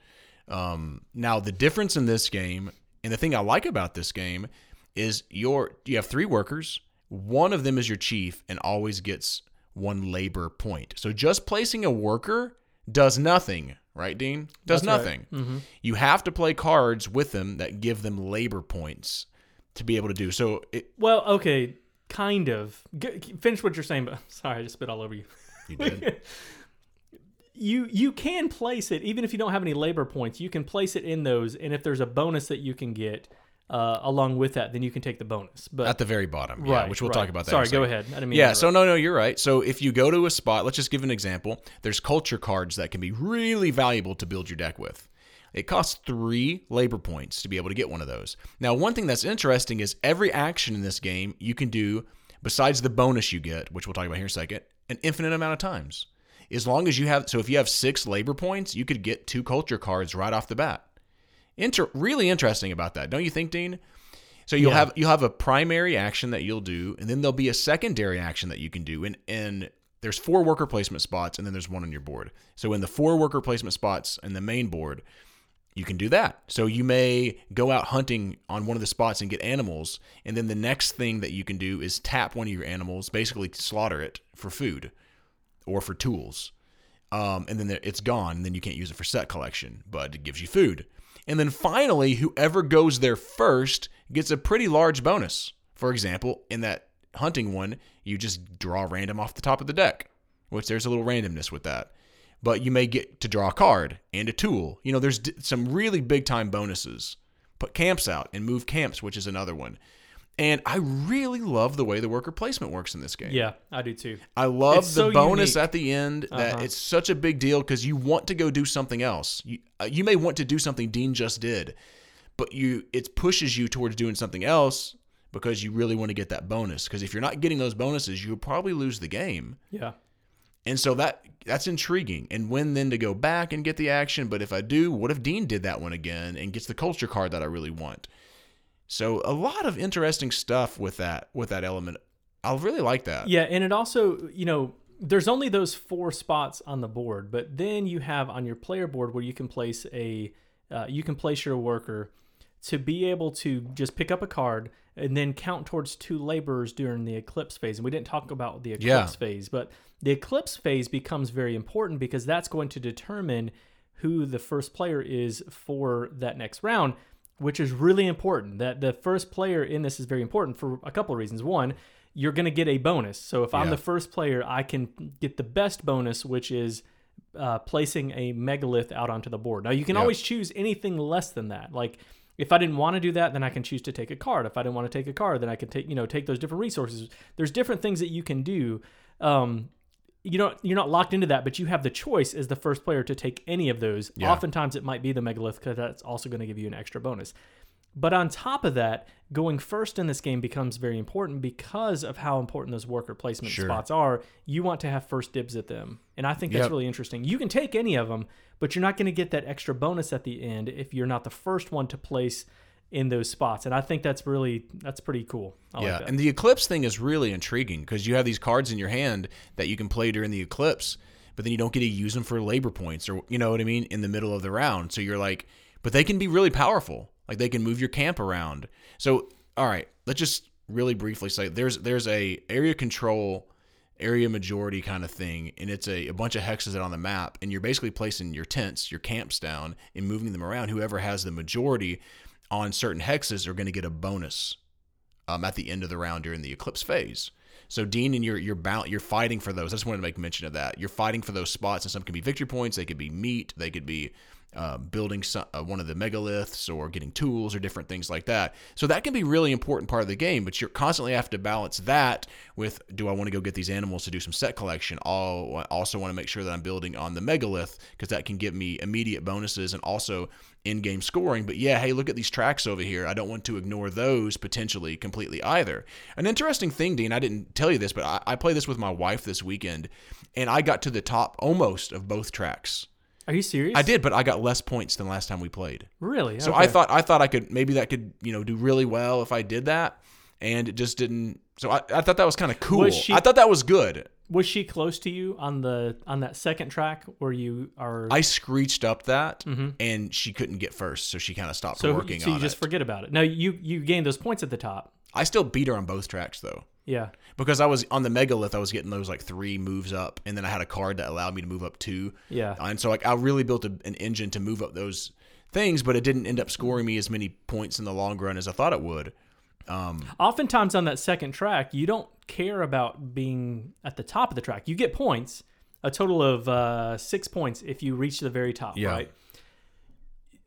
Speaker 2: Um, now the difference in this game, and the thing I like about this game, is your you have three workers. One of them is your chief and always gets one labor point. So just placing a worker does nothing, right, Dean? Does
Speaker 1: That's right. Mm-hmm.
Speaker 2: nothing. You have to play cards with them that give them labor points to be able to do. So it,
Speaker 1: Well, okay, kind of. G- finish what you're saying, but sorry, I just spit all over you.
Speaker 2: you did.
Speaker 1: you you can place it even if you don't have any labor points you can place it in those and if there's a bonus that you can get uh, along with that then you can take the bonus but
Speaker 2: at the very bottom, yeah,
Speaker 1: right,
Speaker 2: which we'll
Speaker 1: right.
Speaker 2: talk about that. in
Speaker 1: sorry
Speaker 2: a second.
Speaker 1: go ahead i didn't mean to
Speaker 2: Yeah,
Speaker 1: interrupt.
Speaker 2: so no, no, you're right. So if you go to a spot, let's just give an example. There's culture cards that can be really valuable to build your deck with. It costs three labor points to be able to get one of those. Now, one thing that's interesting is every action in this game you can do, besides the bonus you get, which we'll talk about here in a second, an infinite amount of times. As long as you have, so if you have six labor points, you could get two culture cards right off the bat. Inter- really interesting about that, don't you think, Dean? So you'll
Speaker 1: Yeah.
Speaker 2: have you'll have a primary action that you'll do, and then there'll be a secondary action that you can do. And and there's four worker placement spots, and then there's one on your board. So in the four worker placement spots in the main board, you can do that. So you may go out hunting on one of the spots and get animals, and then the next thing that you can do is tap one of your animals, basically slaughter it for food or for tools. Um, and then there- it's gone, and then you can't use it for set collection, but it gives you food. And then finally, whoever goes there first gets a pretty large bonus. For example, in that hunting one, you just draw random off the top of the deck, which there's a little randomness with that but you may get to draw a card and a tool. You know, there's d- some really big time bonuses. Put camps out and move camps, which is another one. And I really love the way the worker placement works in this game.
Speaker 1: Yeah, I do too.
Speaker 2: I love
Speaker 1: It's
Speaker 2: the
Speaker 1: so
Speaker 2: bonus
Speaker 1: unique.
Speaker 2: at the end that
Speaker 1: Uh-huh.
Speaker 2: it's such a big deal because you want to go do something else. You, uh, you may want to do something Dean just did, but you it pushes you towards doing something else because you really want to get that bonus. Because if you're not getting those bonuses, you'll probably lose the game.
Speaker 1: Yeah.
Speaker 2: And so that that's intriguing. And when then to go back and get the action, but if I do, what if Dean did that one again and gets the culture card that I really want? So a lot of interesting stuff with that with that element. I really like that.
Speaker 1: Yeah, and it also, you know, there's only those four spots on the board, but then you have on your player board where you can place a, uh, you can place your worker to be able to just pick up a card and then count towards two laborers during the eclipse phase. And we didn't talk about the eclipse
Speaker 2: Yeah.
Speaker 1: phase, but the eclipse phase becomes very important because that's going to determine who the first player is for that next round, which is really important. That the first player in this is very important for a couple of reasons. One, you're going to get a bonus. So if I'm
Speaker 2: Yeah.
Speaker 1: the first player, I can get the best bonus, which is uh, placing a megalith out onto the board. Now you can
Speaker 2: Yeah.
Speaker 1: always choose anything less than that. Like if I didn't want to do that, then I can choose to take a card. If I didn't want to take a card, then I can take you know take those different resources. There's different things that you can do. Um, you don't you're not locked into that, but you have the choice as the first player to take any of those.
Speaker 2: Yeah.
Speaker 1: Oftentimes it might be the megalith because that's also going to give you an extra bonus. But on top of that, going first in this game becomes very important because of how important those worker placement
Speaker 2: Sure.
Speaker 1: spots are. You want to have first dibs at them. And I think that's
Speaker 2: Yep.
Speaker 1: really interesting. You can take any of them, but you're not going to get that extra bonus at the end if you're not the first one to place in those spots. And I think that's really that's pretty cool. I
Speaker 2: yeah,
Speaker 1: like that.
Speaker 2: and the eclipse thing is really intriguing because you have these cards in your hand that you can play during the eclipse, but then you don't get to use them for labor points or you know what I mean in the middle of the round. So you're like, but they can be really powerful. Like they can move your camp around. So all right, let's just really briefly say there's there's a area control area majority kind of thing and it's a, a bunch of hexes that are on the map and you're basically placing your tents your camps down and moving them around whoever has the majority on certain hexes are going to get a bonus um, at the end of the round during the eclipse phase. So Dean and you're you're bou- you're fighting for those. I just wanted to make mention of that. You're fighting for those spots, and some can be victory points. They could be meat. They could be uh, building some, uh, one of the megaliths or getting tools or different things like that. So that can be really important part of the game. But you're constantly have to balance that with do I want to go get these animals to do some set collection? I'll, I also want to make sure that I'm building on the megalith because that can give me immediate bonuses and also in game scoring. But yeah, hey, look at these tracks over here. I don't want to ignore those potentially completely either. An interesting thing, Dean, I didn't tell you this, but I, I played this with my wife this weekend and I got to the top almost of both tracks.
Speaker 1: Are you serious?
Speaker 2: I did, but I got less points than last time we played.
Speaker 1: Really?
Speaker 2: So I
Speaker 1: Okay.
Speaker 2: thought I thought I could maybe that could, you know, do really well if I did that. And it just didn't so I, I thought that was kind of cool.
Speaker 1: she-
Speaker 2: I thought that was good.
Speaker 1: was she close to you on the on that second track where you are
Speaker 2: I screeched up that and she couldn't get first, so she kind of stopped
Speaker 1: Mm-hmm. so,
Speaker 2: working
Speaker 1: so you
Speaker 2: on
Speaker 1: just
Speaker 2: it.
Speaker 1: forget about it. No, you you gained those points at the top.
Speaker 2: I still beat her on both tracks though.
Speaker 1: Yeah.
Speaker 2: because I was on the megalith, I was getting those like three moves up, and then I had a card that allowed me to move up two.
Speaker 1: Yeah.
Speaker 2: and so like I really built a, an engine to move up those things, but it didn't end up scoring me as many points in the long run as I thought it would.
Speaker 1: oftentimes on that second track, you don't care about being at the top of the track. You get points, a total of uh, six points if you reach the very top,
Speaker 2: Yeah.
Speaker 1: right?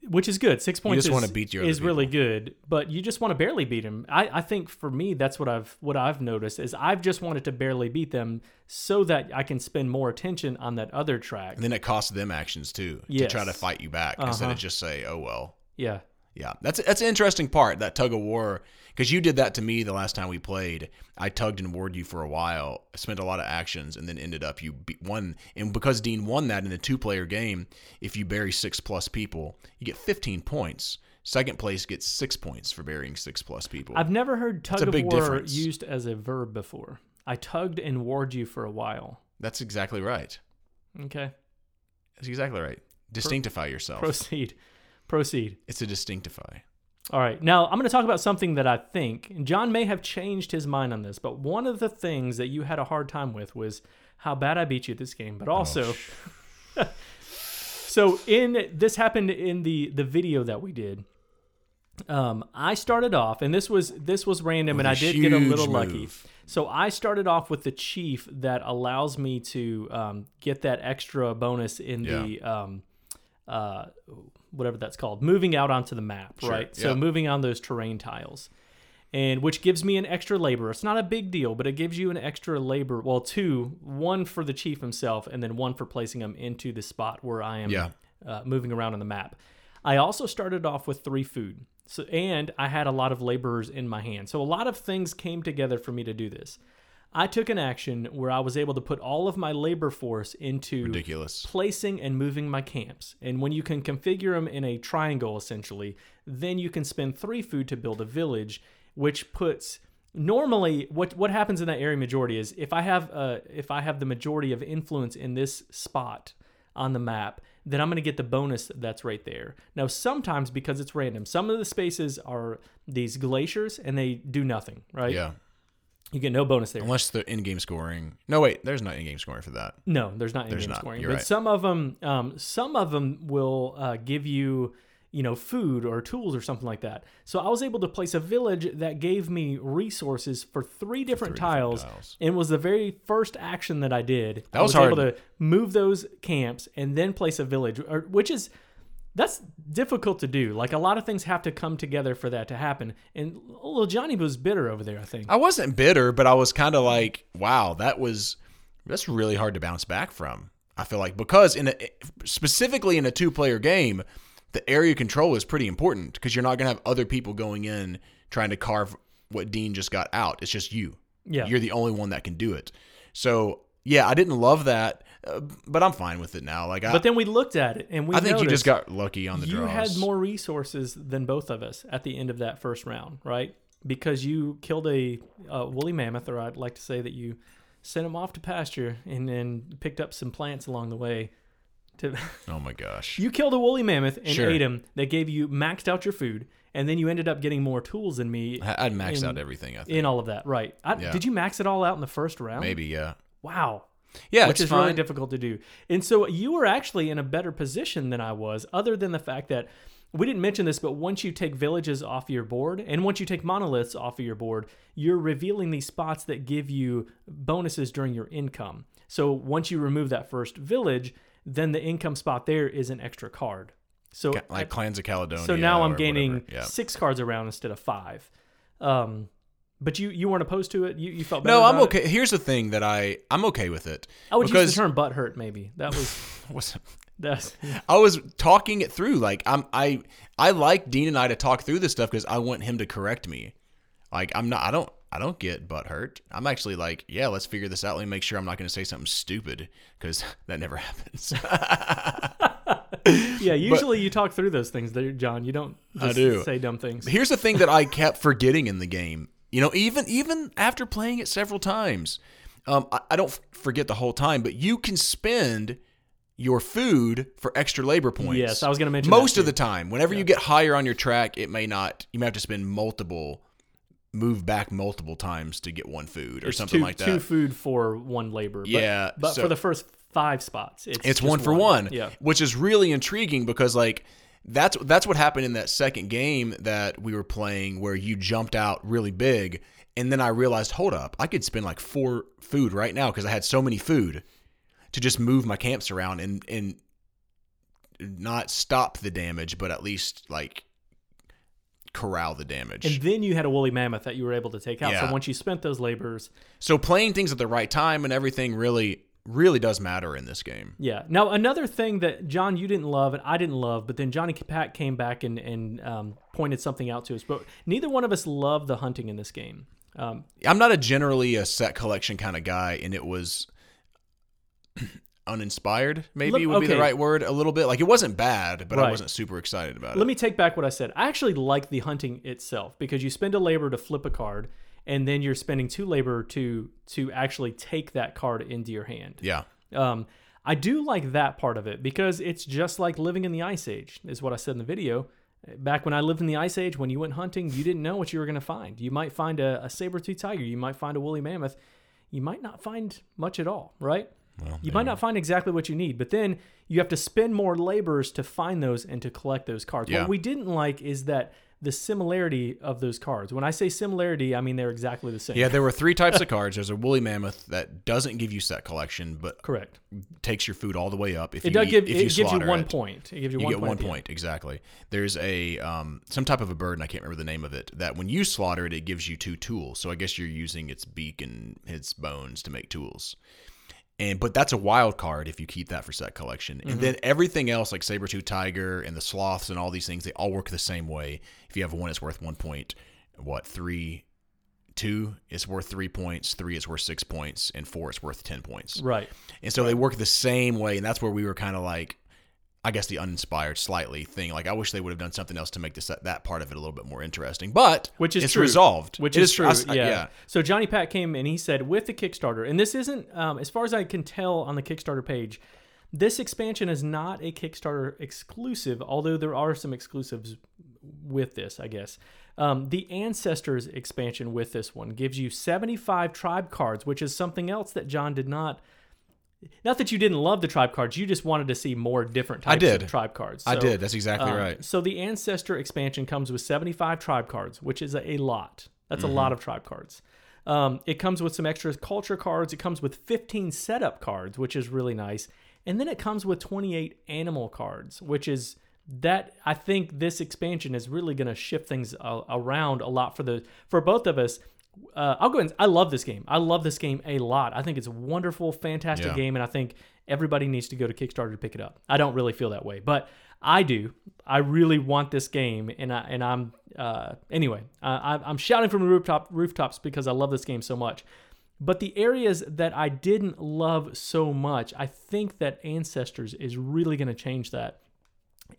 Speaker 1: Which is good. Six points
Speaker 2: just
Speaker 1: is,
Speaker 2: wanna beat your other
Speaker 1: is really good, but you just want to barely beat him. I, I think for me, that's what I've what I've noticed is I've just wanted to barely beat them so that I can spend more attention on that other track.
Speaker 2: And then it cost them actions too to try
Speaker 1: Yes.
Speaker 2: to
Speaker 1: Uh-huh.
Speaker 2: fight you back instead of just say, "Oh well."
Speaker 1: Yeah,
Speaker 2: Yeah, that's that's an interesting part that tug of war because you did that to me the last time we played. I tugged and warred you for a while, spent a lot of actions, and then ended up you beat won. And because Dean won that in a two player game, if you bury six plus people, you get fifteen points. Second place gets six points for burying six plus people.
Speaker 1: I've never heard tug
Speaker 2: a
Speaker 1: of
Speaker 2: big
Speaker 1: war
Speaker 2: difference.
Speaker 1: used as a verb before. I tugged and warred you for a while.
Speaker 2: that's exactly right.
Speaker 1: Okay,
Speaker 2: That's exactly right. Distinctify yourself.
Speaker 1: proceed. Proceed.
Speaker 2: It's a distinctify.
Speaker 1: All right. Now, I'm going to talk about something that I think, and John may have changed his mind on this, but one of the things that you had a hard time with was how bad I beat you at this game, but also.
Speaker 2: Oh,
Speaker 1: so, in this happened in the the video that we did. Um, I started off, and this was this was random,
Speaker 2: With
Speaker 1: and
Speaker 2: a
Speaker 1: I did get a
Speaker 2: huge
Speaker 1: little lucky.
Speaker 2: move.
Speaker 1: So I started off with the chief that allows me to um, get that extra bonus in the um, uh, whatever that's called, moving out onto the map, right? So
Speaker 2: yeah.
Speaker 1: moving on those terrain tiles, and which gives me an extra labor. It's not a big deal, but it gives you an extra labor. Well, two, one for the chief himself, and then one for placing him into the spot where I am
Speaker 2: Yeah.
Speaker 1: uh, moving around on the map. I also started off with three food. So, and I had a lot of laborers in my hand. So, a lot of things came together for me to do this. I took an action where I was able to put all of my labor force into
Speaker 2: Ridiculous.
Speaker 1: placing and moving my camps. And when you can configure them in a triangle, essentially, then you can spend three food to build a village, which puts normally what what happens in that area majority is if I have uh, if I have the majority of influence in this spot on the map, then I'm going to get the bonus that's right there. Now, sometimes because it's random, some of the spaces are these glaciers and they do nothing, right?
Speaker 2: Yeah.
Speaker 1: You get no bonus there.
Speaker 2: Unless the in-game scoring. No, wait. There's not in-game scoring for that.
Speaker 1: No, there's not in-game
Speaker 2: not.
Speaker 1: scoring.
Speaker 2: You're
Speaker 1: but
Speaker 2: right.
Speaker 1: some of them, um, some of them will uh, give you, you know, food or tools or something like that. So I was able to place a village that gave me resources for three different,
Speaker 2: different
Speaker 1: tiles,
Speaker 2: tiles.
Speaker 1: and was the very first action that I did.
Speaker 2: That
Speaker 1: I
Speaker 2: was
Speaker 1: able
Speaker 2: hard.
Speaker 1: to move those camps and then place a village, or, which is. That's difficult to do. Like a lot of things have to come together for that to happen. And little Johnny was bitter over there, I think.
Speaker 2: I wasn't bitter, but I was kind of like, wow, that was that's really hard to bounce back from. I feel like because in a specifically in a two-player game, the area control is pretty important because you're not going to have other people going in trying to carve what Dean just got out. It's just you.
Speaker 1: Yeah.
Speaker 2: You're the only one that can do it. So, yeah, I didn't love that, uh, but I'm fine with it now. Like I,
Speaker 1: But then we looked at it and we
Speaker 2: I think you
Speaker 1: noticed-
Speaker 2: just got lucky on the
Speaker 1: you
Speaker 2: draws.
Speaker 1: had more resources than both of us at the end of that first round, right? Because you killed a, uh woolly mammoth, or I'd like to say that you sent him off to pasture and then picked up some plants along the way. To
Speaker 2: Oh my gosh.
Speaker 1: you killed a woolly mammoth and
Speaker 2: Sure.
Speaker 1: ate him. That gave you maxed out your food, and then you ended up getting more tools than me
Speaker 2: I- I'd maxed
Speaker 1: in-
Speaker 2: out everything, I think.
Speaker 1: in all of that, right? I,
Speaker 2: Yeah.
Speaker 1: Did you max it all out in the first round?
Speaker 2: Maybe, yeah.
Speaker 1: Wow,
Speaker 2: Yeah,
Speaker 1: which
Speaker 2: it's
Speaker 1: is
Speaker 2: fine.
Speaker 1: really difficult to do. And so you were actually in a better position than I was, other than the fact that we didn't mention this, but once you take villages off of your board and once you take monoliths off of your board, you're revealing these spots that give you bonuses during your income. So once you remove that first village, then the income spot there is an extra card. So
Speaker 2: Ca- like Clans of Caledonia.
Speaker 1: so now
Speaker 2: or
Speaker 1: I'm
Speaker 2: whatever.
Speaker 1: gaining
Speaker 2: Yeah.
Speaker 1: six cards around instead of five. Um, but you you weren't opposed to it. You, you felt better
Speaker 2: No, I'm
Speaker 1: about it?
Speaker 2: okay. Here's the thing that I I'm okay with it.
Speaker 1: I would
Speaker 2: because
Speaker 1: use the term butt hurt maybe. That was
Speaker 2: what's-
Speaker 1: that's
Speaker 2: I was talking it through. Like I'm I I like Dean and I to talk through this stuff because I want him to correct me. Like I'm not I don't I don't get butt hurt. I'm actually like yeah, let's figure this out. Let me make sure I'm not going to say something stupid because that never happens.
Speaker 1: Yeah, usually you talk through those things, there, John. You don't just
Speaker 2: do.
Speaker 1: say dumb things.
Speaker 2: Here's the thing that I kept forgetting in the game. You know, even even after playing it several times, um, I, I don't f- forget the whole time. But you can spend your food for extra labor points.
Speaker 1: Yes, I was gonna mention
Speaker 2: most
Speaker 1: that
Speaker 2: of the time. Whenever you get higher on your track, it may not. You may have to spend multiple, move back multiple times to get one food or something
Speaker 1: two,
Speaker 2: like
Speaker 1: Two
Speaker 2: that.
Speaker 1: food for one labor. But,
Speaker 2: Yeah,
Speaker 1: but
Speaker 2: so-
Speaker 1: for the first five spots, it's
Speaker 2: It's
Speaker 1: just
Speaker 2: one for one,
Speaker 1: Yeah,
Speaker 2: which is really intriguing because like that's that's what happened in that second game that we were playing where you jumped out really big and then I realized, hold up, I could spend like four food right now because I had so many food to just move my camps around and and not stop the damage, but at least like corral the damage.
Speaker 1: and then you had a woolly mammoth that you were able to take out.
Speaker 2: Yeah.
Speaker 1: So once you spent those labors,
Speaker 2: so playing things at the right time and everything really really does matter in this game.
Speaker 1: yeah. Now another thing that John you didn't love and I didn't love, but then Johnny Pat came back and and um, pointed something out to us. But neither one of us loved the hunting in this game. Um,
Speaker 2: I'm not a generally a set collection kind of guy, and it was uninspired. Maybe
Speaker 1: Look-
Speaker 2: would be the
Speaker 1: okay.
Speaker 2: right word. A little bit like it wasn't bad, but I
Speaker 1: Right.
Speaker 2: wasn't super excited about
Speaker 1: Let
Speaker 2: it.
Speaker 1: me take back what I said. I actually like the hunting itself because you spend a labor to flip a card, and then you're spending two labor to to actually take that card into your hand.
Speaker 2: Yeah,
Speaker 1: Um, I do like that part of it because it's just like living in the ice age, is what I said in the video. Back when I lived in the ice age, when you went hunting, you didn't know what you were going to find. You might find a, a saber-toothed tiger, you might find a woolly mammoth, you might not find much at all, right?
Speaker 2: Well,
Speaker 1: You might not find exactly what you need, but then you have to spend more labors to find those and to collect those cards.
Speaker 2: Yeah.
Speaker 1: What we didn't like is that the similarity of those cards. When I say similarity, I mean they're exactly the same.
Speaker 2: Yeah, there were three types of cards. There's a woolly mammoth that doesn't give you set collection, but
Speaker 1: Correct.
Speaker 2: takes your food all the way up. If
Speaker 1: It
Speaker 2: you
Speaker 1: does
Speaker 2: eat-
Speaker 1: give
Speaker 2: if
Speaker 1: it
Speaker 2: you
Speaker 1: gives you
Speaker 2: slaughter
Speaker 1: one
Speaker 2: it.
Speaker 1: point. It gives you,
Speaker 2: You
Speaker 1: one
Speaker 2: get
Speaker 1: point.
Speaker 2: one
Speaker 1: at the end.
Speaker 2: point exactly. There's a um, some type of a bird, and I can't remember the name of it. That when you slaughter it, it gives you two tools. So I guess you're using its beak and its bones to make tools. And but that's a wild card if you keep that for set collection.
Speaker 1: Mm-hmm.
Speaker 2: And then everything else, like saber tooth tiger and the sloths and all these things, they all work the same way. If you have one, it's worth one point. What three? Two is worth three points. Three is worth six points, and four is worth ten points.
Speaker 1: Right.
Speaker 2: And so they work the same way. And that's where we were kind of like, I guess the uninspired slightly thing. Like I wish they would have done something else to make this that part of it a little bit more interesting. But
Speaker 1: Which is
Speaker 2: it's
Speaker 1: true.
Speaker 2: resolved.
Speaker 1: Which
Speaker 2: It uh,
Speaker 1: is true.
Speaker 2: I s- I-
Speaker 1: yeah. So Johnny Pat came and he said with the Kickstarter, and this isn't, um, as far as I can tell on the Kickstarter page, this expansion is not a Kickstarter exclusive, although there are some exclusives with this, I guess. Um, the Ancestors expansion with this one gives you 75 tribe cards, which is something else that John did not. Not that you didn't love the tribe cards, you just wanted to see more different types
Speaker 2: did.
Speaker 1: of tribe cards.
Speaker 2: I
Speaker 1: So-
Speaker 2: did. That's exactly
Speaker 1: um,
Speaker 2: right.
Speaker 1: So the Ancestor expansion comes with 75 tribe cards, which is a, a lot. That's
Speaker 2: Mm-hmm.
Speaker 1: a lot of tribe cards. Um, it comes with some extra culture cards. It comes with 15 setup cards, which is really nice. And then it comes with 28 animal cards, which is that I think this expansion is really going to shift things a around a lot for the for both of us. Uh, I'll go ahead. And, I love this game. I love this game a lot. I think it's a wonderful, fantastic
Speaker 2: Yeah.
Speaker 1: game, and I think everybody needs to go to Kickstarter to pick it up. I don't really feel that way, but I do. I really want this game, and I and I'm uh, anyway. I, I'm- I'm shouting from the rooftop rooftops because I love this game so much. But the areas that I didn't love so much, I think that Ancestors is really going to change that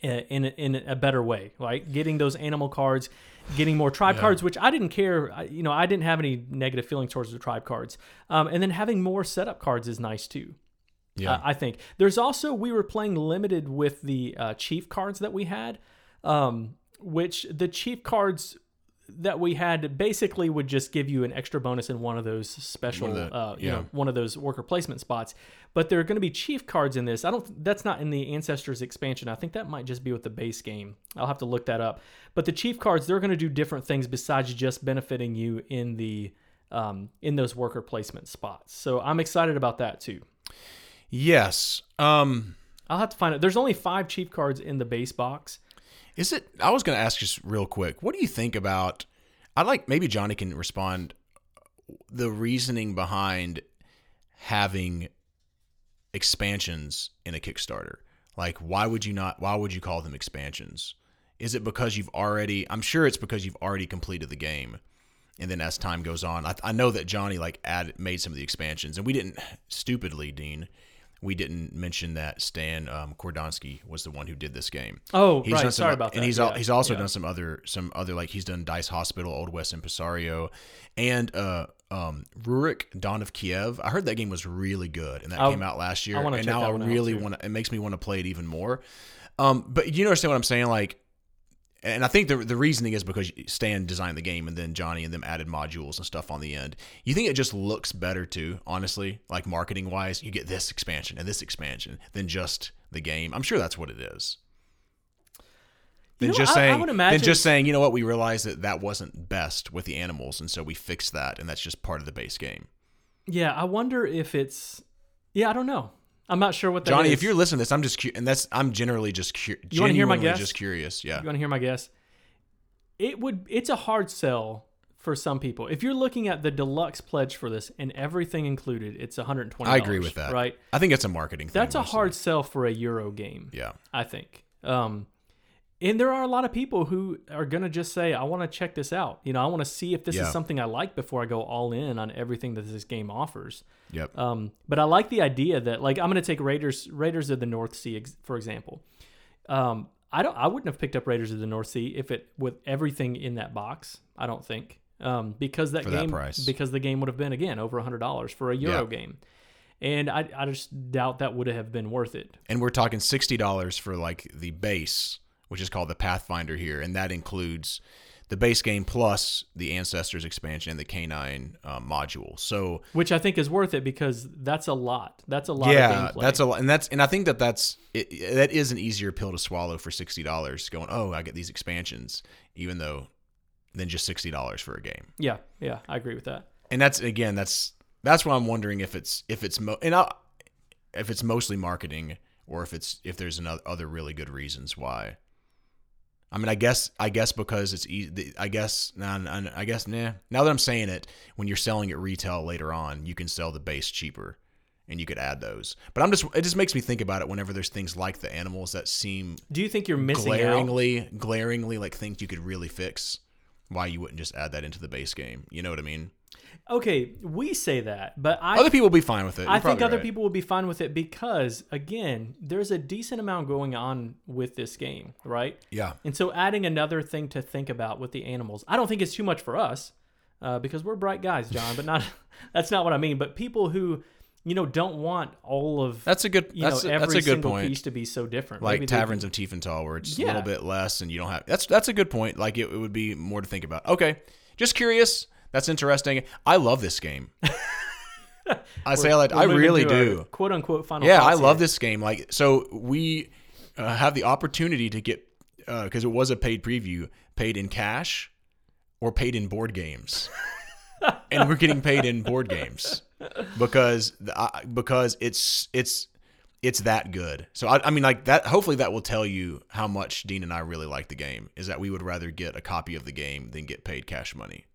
Speaker 1: in in a- in a better way, like getting those animal cards, getting more tribe cards, which I didn't care. I- You know, I didn't have any negative feelings towards the tribe cards, um, and then having more setup cards is nice too.
Speaker 2: Yeah.
Speaker 1: I- I think there's also we were playing limited with the uh, chief cards that we had, um, which the chief cards that we had basically would just give you an extra bonus in one of those special,
Speaker 2: One of the-
Speaker 1: uh, you
Speaker 2: yeah.
Speaker 1: know, one of those worker placement spots. But there are going to be chief cards in this. I don't. That's not in the ancestors expansion. I think that might just be with the base game. I'll have to look that up. But the chief cards, they're going to do different things besides just benefiting you in the um, in those worker placement spots. So I'm excited about that too.
Speaker 2: yes. Um,
Speaker 1: I'll have to find it. There's only five chief cards in the base box.
Speaker 2: Is it? I was going to ask just real quick. What do you think about? I like maybe Johnny can respond. The reasoning behind having expansions in a Kickstarter, like why would you not? Why would you call them expansions? Is it because you've already? I'm sure it's because you've already completed the game, and then as time goes on, I, I know that Johnny like added made some of the expansions, and we didn't stupidly, Dean. We didn't mention that Stan um, Kordonsky was the one who did this game
Speaker 1: Oh,
Speaker 2: he's
Speaker 1: right.
Speaker 2: done some,
Speaker 1: Sorry about that.
Speaker 2: and he's
Speaker 1: yeah.
Speaker 2: al- he's also done some other some other like he's done Dice Hospital, Old West Impresario, and uh um Rurik Dawn of Kiev. I heard that game was really good, and that
Speaker 1: I-
Speaker 2: came out last year.
Speaker 1: wanna
Speaker 2: and
Speaker 1: check
Speaker 2: now
Speaker 1: that
Speaker 2: I
Speaker 1: one out,
Speaker 2: really
Speaker 1: too.
Speaker 2: want to. It makes me want to play it even more. Um, but you understand what I'm saying, like. And I think the the reasoning is because Stan designed the game, and then Johnny and them added modules and stuff on the end. You think it just looks better too, honestly, like marketing wise. You get this expansion and this expansion than just the game. I'm sure that's what it is
Speaker 1: You
Speaker 2: than
Speaker 1: know,
Speaker 2: just
Speaker 1: I- I
Speaker 2: saying
Speaker 1: would
Speaker 2: than
Speaker 1: imagine-
Speaker 2: just saying you know what we realized that that wasn't best with the animals and so we fixed that and that's just part of the base game
Speaker 1: Yeah, I wonder if it's. Yeah, I don't know. I'm not sure what that
Speaker 2: johnny
Speaker 1: is.
Speaker 2: if you're listening to this i'm just cu- and that's i'm generally just cu-
Speaker 1: You wanna hear my
Speaker 2: genuinely
Speaker 1: guess?
Speaker 2: just curious yeah
Speaker 1: You want to hear my guess? It would. It's a hard sell for some people. If you're looking at the deluxe pledge for this and everything included, it's 120.
Speaker 2: i agree with that
Speaker 1: Right.
Speaker 2: i think it's a marketing thing
Speaker 1: That's a
Speaker 2: mostly.
Speaker 1: hard sell for a Euro game.
Speaker 2: yeah
Speaker 1: I think. Um, and there are a lot of people who are going to just say, I want to check this out. You know, I want to see if this
Speaker 2: Yeah.
Speaker 1: is something I like before I go all in on everything that this game offers.
Speaker 2: yep
Speaker 1: Um, but I like the idea that, like, I'm going to take Raiders Raiders of the North Sea, ex- for example. Um, I don't. I wouldn't have picked up Raiders of the North Sea if it with everything in that box. I don't think um, because that
Speaker 2: For that
Speaker 1: game
Speaker 2: price.
Speaker 1: because the game would have been again over hundred dollars for a euro
Speaker 2: Yeah.
Speaker 1: game. and I I just doubt that would have been worth it.
Speaker 2: And we're talking sixty dollars for like the base, which is called the Pathfinder here, and that includes the base game plus the Ancestors expansion and the Canine uh, module. So
Speaker 1: Which I think is worth it because that's a lot. That's a lot.
Speaker 2: yeah,
Speaker 1: of gameplay.
Speaker 2: that's a lot, and that's and I think that that's it, it- that is an easier pill to swallow for sixty dollars. Going, oh, I get these expansions, even though than just sixty dollars for a game.
Speaker 1: yeah yeah. I agree with that.
Speaker 2: And that's again, that's that's why I'm wondering if it's if it's mo- and I, if it's mostly marketing or if it's if there's another other really good reasons why. I mean, I guess I guess because it's easy. I guess nah, nah, nah, I guess nah. Now that I'm saying it, when you're selling at retail later on, you can sell the base cheaper, and you could add those. But I'm just it just makes me think about it whenever there's things like the animals that seem
Speaker 1: Do you think you're missing out?
Speaker 2: glaringly glaringly like things you could really fix. Why you wouldn't just add that into the base game? You know what I mean?
Speaker 1: Okay, we say that, but I
Speaker 2: other people will be fine with it. You're
Speaker 1: I think
Speaker 2: probably
Speaker 1: other
Speaker 2: right.
Speaker 1: people will be fine with it because again, there's a decent amount going on with this game, right?
Speaker 2: Yeah.
Speaker 1: And so adding another thing to think about with the animals, I don't think it's too much for us uh, because we're bright guys, John. But not that's not what I mean. But people who you know don't want all of
Speaker 2: That's a good.
Speaker 1: you
Speaker 2: That's
Speaker 1: know
Speaker 2: a,
Speaker 1: every
Speaker 2: that's a good
Speaker 1: single
Speaker 2: point.
Speaker 1: piece to be so different.
Speaker 2: like
Speaker 1: Maybe they
Speaker 2: taverns of Tiefenthal, where it's a
Speaker 1: Yeah.
Speaker 2: little bit less, and you don't have. That's that's a good point. Like it, it would be more to think about. Okay, just curious. That's interesting. I love this game. I say I like.
Speaker 1: can-
Speaker 2: I
Speaker 1: we're moving
Speaker 2: really
Speaker 1: to our
Speaker 2: do.
Speaker 1: quote unquote final.
Speaker 2: Yeah, I
Speaker 1: thoughts
Speaker 2: love
Speaker 1: here.
Speaker 2: this game. Like, so we uh, have the opportunity to get because it was a paid preview, paid in cash or paid in board games, and we're getting paid in board games because the, I because it's it's it's that good. So I, I mean, like that. Hopefully, that will tell you how much Dean and I really like the game. Is that we would rather get a copy of the game than get paid cash money.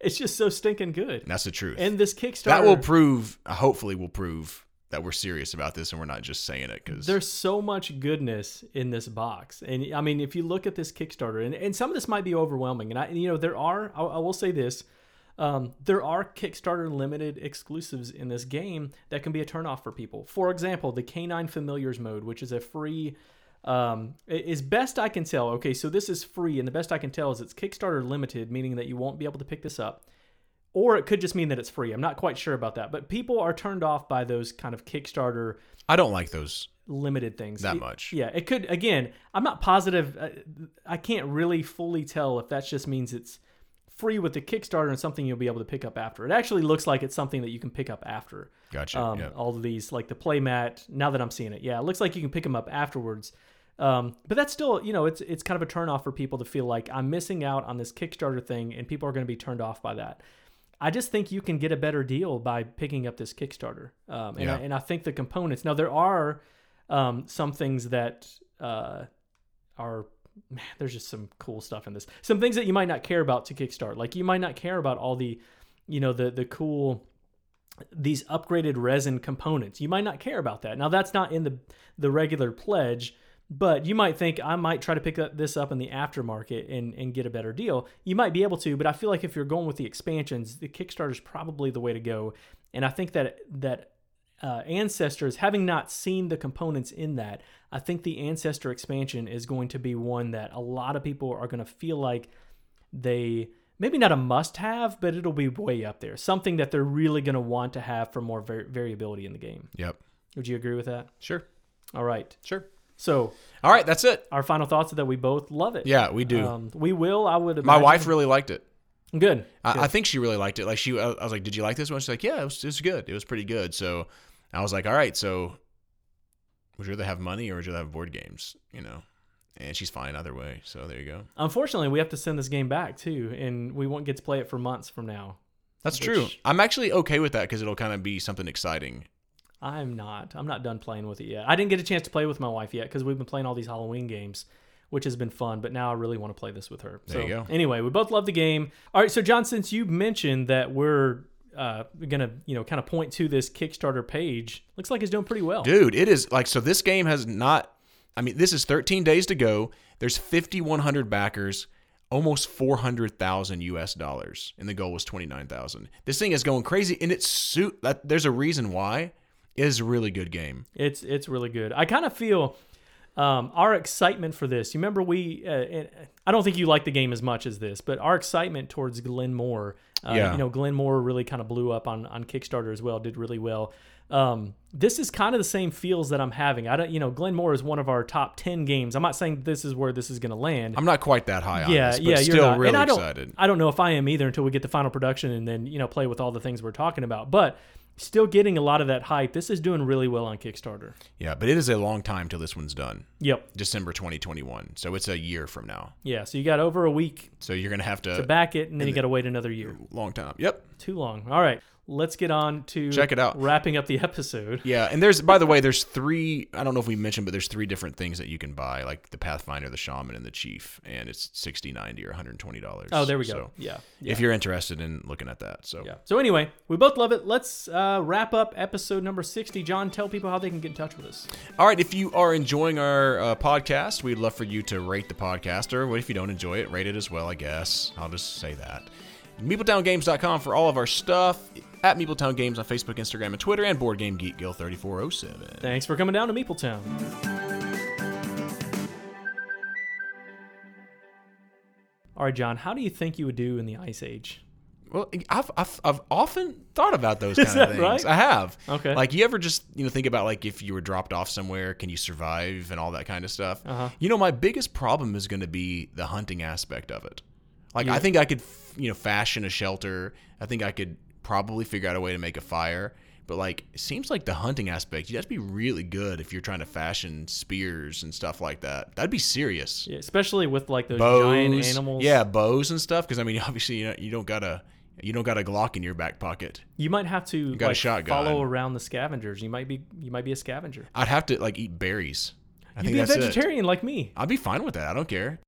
Speaker 1: It's just so stinking good.
Speaker 2: And that's the truth.
Speaker 1: And this Kickstarter
Speaker 2: that will prove. Hopefully, will prove that we're serious about this and we're not just saying it because
Speaker 1: There's so much goodness in this box, and I mean, if you look at this Kickstarter, and, and some of this might be overwhelming, and I, you know, there are, I, I will say this, um, there are Kickstarter limited exclusives in this game that can be a turnoff for people. For example, the Canine Familiars mode, which is a free, um, i- is best I can tell. Okay, so this is free, and the best I can tell is it's Kickstarter limited, meaning that you won't be able to pick this up or it could just mean that it's free. I'm not quite sure about that, but people are turned off by those kind of Kickstarter
Speaker 2: I don't like those.
Speaker 1: limited things.
Speaker 2: That
Speaker 1: It-
Speaker 2: much.
Speaker 1: Yeah, it could. Again, I'm not positive. uh, I can't really fully tell if that just means it's free with the Kickstarter and something you'll be able to pick up after. It actually looks like it's something that you can pick up after.
Speaker 2: Gotcha.
Speaker 1: Um,
Speaker 2: yeah.
Speaker 1: All of these, like the playmat. Now that I'm seeing it, yeah, it looks like you can pick them up afterwards. Um, but that's still, you know, it's it's kind of a turnoff for people to feel like I'm missing out on this Kickstarter thing, and people are going to be turned off by that. I just think you can get a better deal by picking up this Kickstarter. Um, and,
Speaker 2: Yeah.
Speaker 1: I, and I think the components. Now there are um, some things that uh, are man, there's just some cool stuff in this. Some things that you might not care about to kickstart. Like you might not care about all the, you know, the the cool these upgraded resin components. You might not care about that. Now that's not in the the regular pledge, but you might think I might try to pick up this up in the aftermarket and and get a better deal. You might be able to, but I feel like if you're going with the expansions, the Kickstarter is probably the way to go. And I think that that uh, ancestors having not seen the components in that i think the ancestor expansion is going to be one that a lot of people are going to feel like they maybe not a must have but it'll be way up there something that they're really going to want to have for more var- variability in the game
Speaker 2: Yep.
Speaker 1: would you agree with that
Speaker 2: Sure.
Speaker 1: all right
Speaker 2: Sure.
Speaker 1: so
Speaker 2: All right, that's it.
Speaker 1: our final thoughts are that we both love it
Speaker 2: Yeah, we do.
Speaker 1: um, we will i would
Speaker 2: My
Speaker 1: imagine-
Speaker 2: wife really liked it.
Speaker 1: good
Speaker 2: I, I think she really liked it. Like she, I I was like, "Did you like this one?" She's like, "Yeah, it was, it was good. It was pretty good." So I was like, "All right, so would you rather have money or would you rather have board games?" You know, and she's fine either way. So there you go.
Speaker 1: unfortunately we have to send this game back too and we won't get to play it for months from now
Speaker 2: That's
Speaker 1: Which-
Speaker 2: true. I'm actually okay with that because it'll kind of be something exciting.
Speaker 1: I'm not. I'm not done playing with it yet. I didn't get a chance to play with my wife yet because we've been playing all these Halloween games, which has been fun. But now I really want to play this with her.
Speaker 2: There
Speaker 1: so
Speaker 2: you go.
Speaker 1: anyway, we both love the game. All right. So John, since you mentioned that we're uh, gonna, you know, kind of point to this Kickstarter page, looks like it's doing pretty well.
Speaker 2: Dude, it is like so. This game has not. I mean, this is 13 days to go. There's 5,100 backers, almost 400,000 US dollars, and the goal was 29,000. This thing is going crazy, and it's suit. That, there's a reason why. It is a really good game.
Speaker 1: It's it's really good. I kind of feel um, our excitement for this. You remember we? Uh, and I don't think you like the game as much as this, but our excitement towards Glenn Moore Uh,
Speaker 2: Yeah.
Speaker 1: You know, Glenn Moore really kind of blew up on on Kickstarter as well. Did really well. Um, this is kind of the same feels that I'm having. I don't, you know, Glenn Moore is one of our top ten games. I'm not saying this is where this is going to land.
Speaker 2: I'm not quite that high on
Speaker 1: yeah,
Speaker 2: this, but
Speaker 1: yeah,
Speaker 2: still
Speaker 1: you're not.
Speaker 2: really
Speaker 1: and I don't,
Speaker 2: excited.
Speaker 1: I don't know if I am either until we get the final production and then you know play with all the things we're talking about. But still getting a lot of that hype. This is doing really well on Kickstarter.
Speaker 2: Yeah, but it is a long time till this one's done.
Speaker 1: Yep.
Speaker 2: December 2021. So it's a year from now.
Speaker 1: Yeah. So you got over a week
Speaker 2: So you're going to have to,
Speaker 1: to back it, and then you got to wait another year.
Speaker 2: long time. Yep.
Speaker 1: Too long. All right. Let's get on to
Speaker 2: Check it out.
Speaker 1: Wrapping up the episode.
Speaker 2: Yeah, and there's by the way, there's three. I don't know if we mentioned, but there's three different things that you can buy, like the Pathfinder, the Shaman, and the Chief, and it's 60 90 or 120 dollars.
Speaker 1: Oh, there we go.
Speaker 2: So
Speaker 1: yeah.
Speaker 2: if you're interested in looking at that, so
Speaker 1: Yeah. So anyway, we both love it. Let's uh, wrap up episode number sixty. John, tell people how they can get in touch with us.
Speaker 2: All right, if you are enjoying our uh, podcast, we'd love for you to rate the podcast, or if you don't enjoy it, rate it as well, I guess. I'll just say that. MeepletownGames.com for all of our stuff, at MeepletownGames on Facebook, Instagram, and Twitter, and Board Game Geek Gill 3407.
Speaker 1: Thanks for coming down to Meepletown. All right, John, how do you think you would do in the Ice Age?
Speaker 2: Well, I've, I've, I've often thought about those kind
Speaker 1: that
Speaker 2: of things.
Speaker 1: right?
Speaker 2: I have.
Speaker 1: Okay.
Speaker 2: Like, you ever just, you know, think about, like, if you were dropped off somewhere, can you survive and all that kind of stuff?
Speaker 1: Uh-huh.
Speaker 2: You know, my biggest problem is going to be the hunting aspect of it. Like, I think I could, f- you know, fashion a shelter. I think I could probably figure out a way to make a fire. But, like, it seems like the hunting aspect, you'd have to be really good if you're trying to fashion spears and stuff like that. That'd be serious
Speaker 1: Yeah, especially with like those
Speaker 2: bows,
Speaker 1: giant animals.
Speaker 2: Yeah, bows and stuff. Because I mean, obviously, you know, you don't got a you don't got a Glock in your back pocket.
Speaker 1: you might have to
Speaker 2: got a
Speaker 1: like,
Speaker 2: shotgun.
Speaker 1: follow around the scavengers. You might be you might be a scavenger.
Speaker 2: I'd have to like eat berries. I
Speaker 1: You'd
Speaker 2: think
Speaker 1: be a
Speaker 2: that's
Speaker 1: vegetarian like me.
Speaker 2: it. I'd be fine with that. I don't care.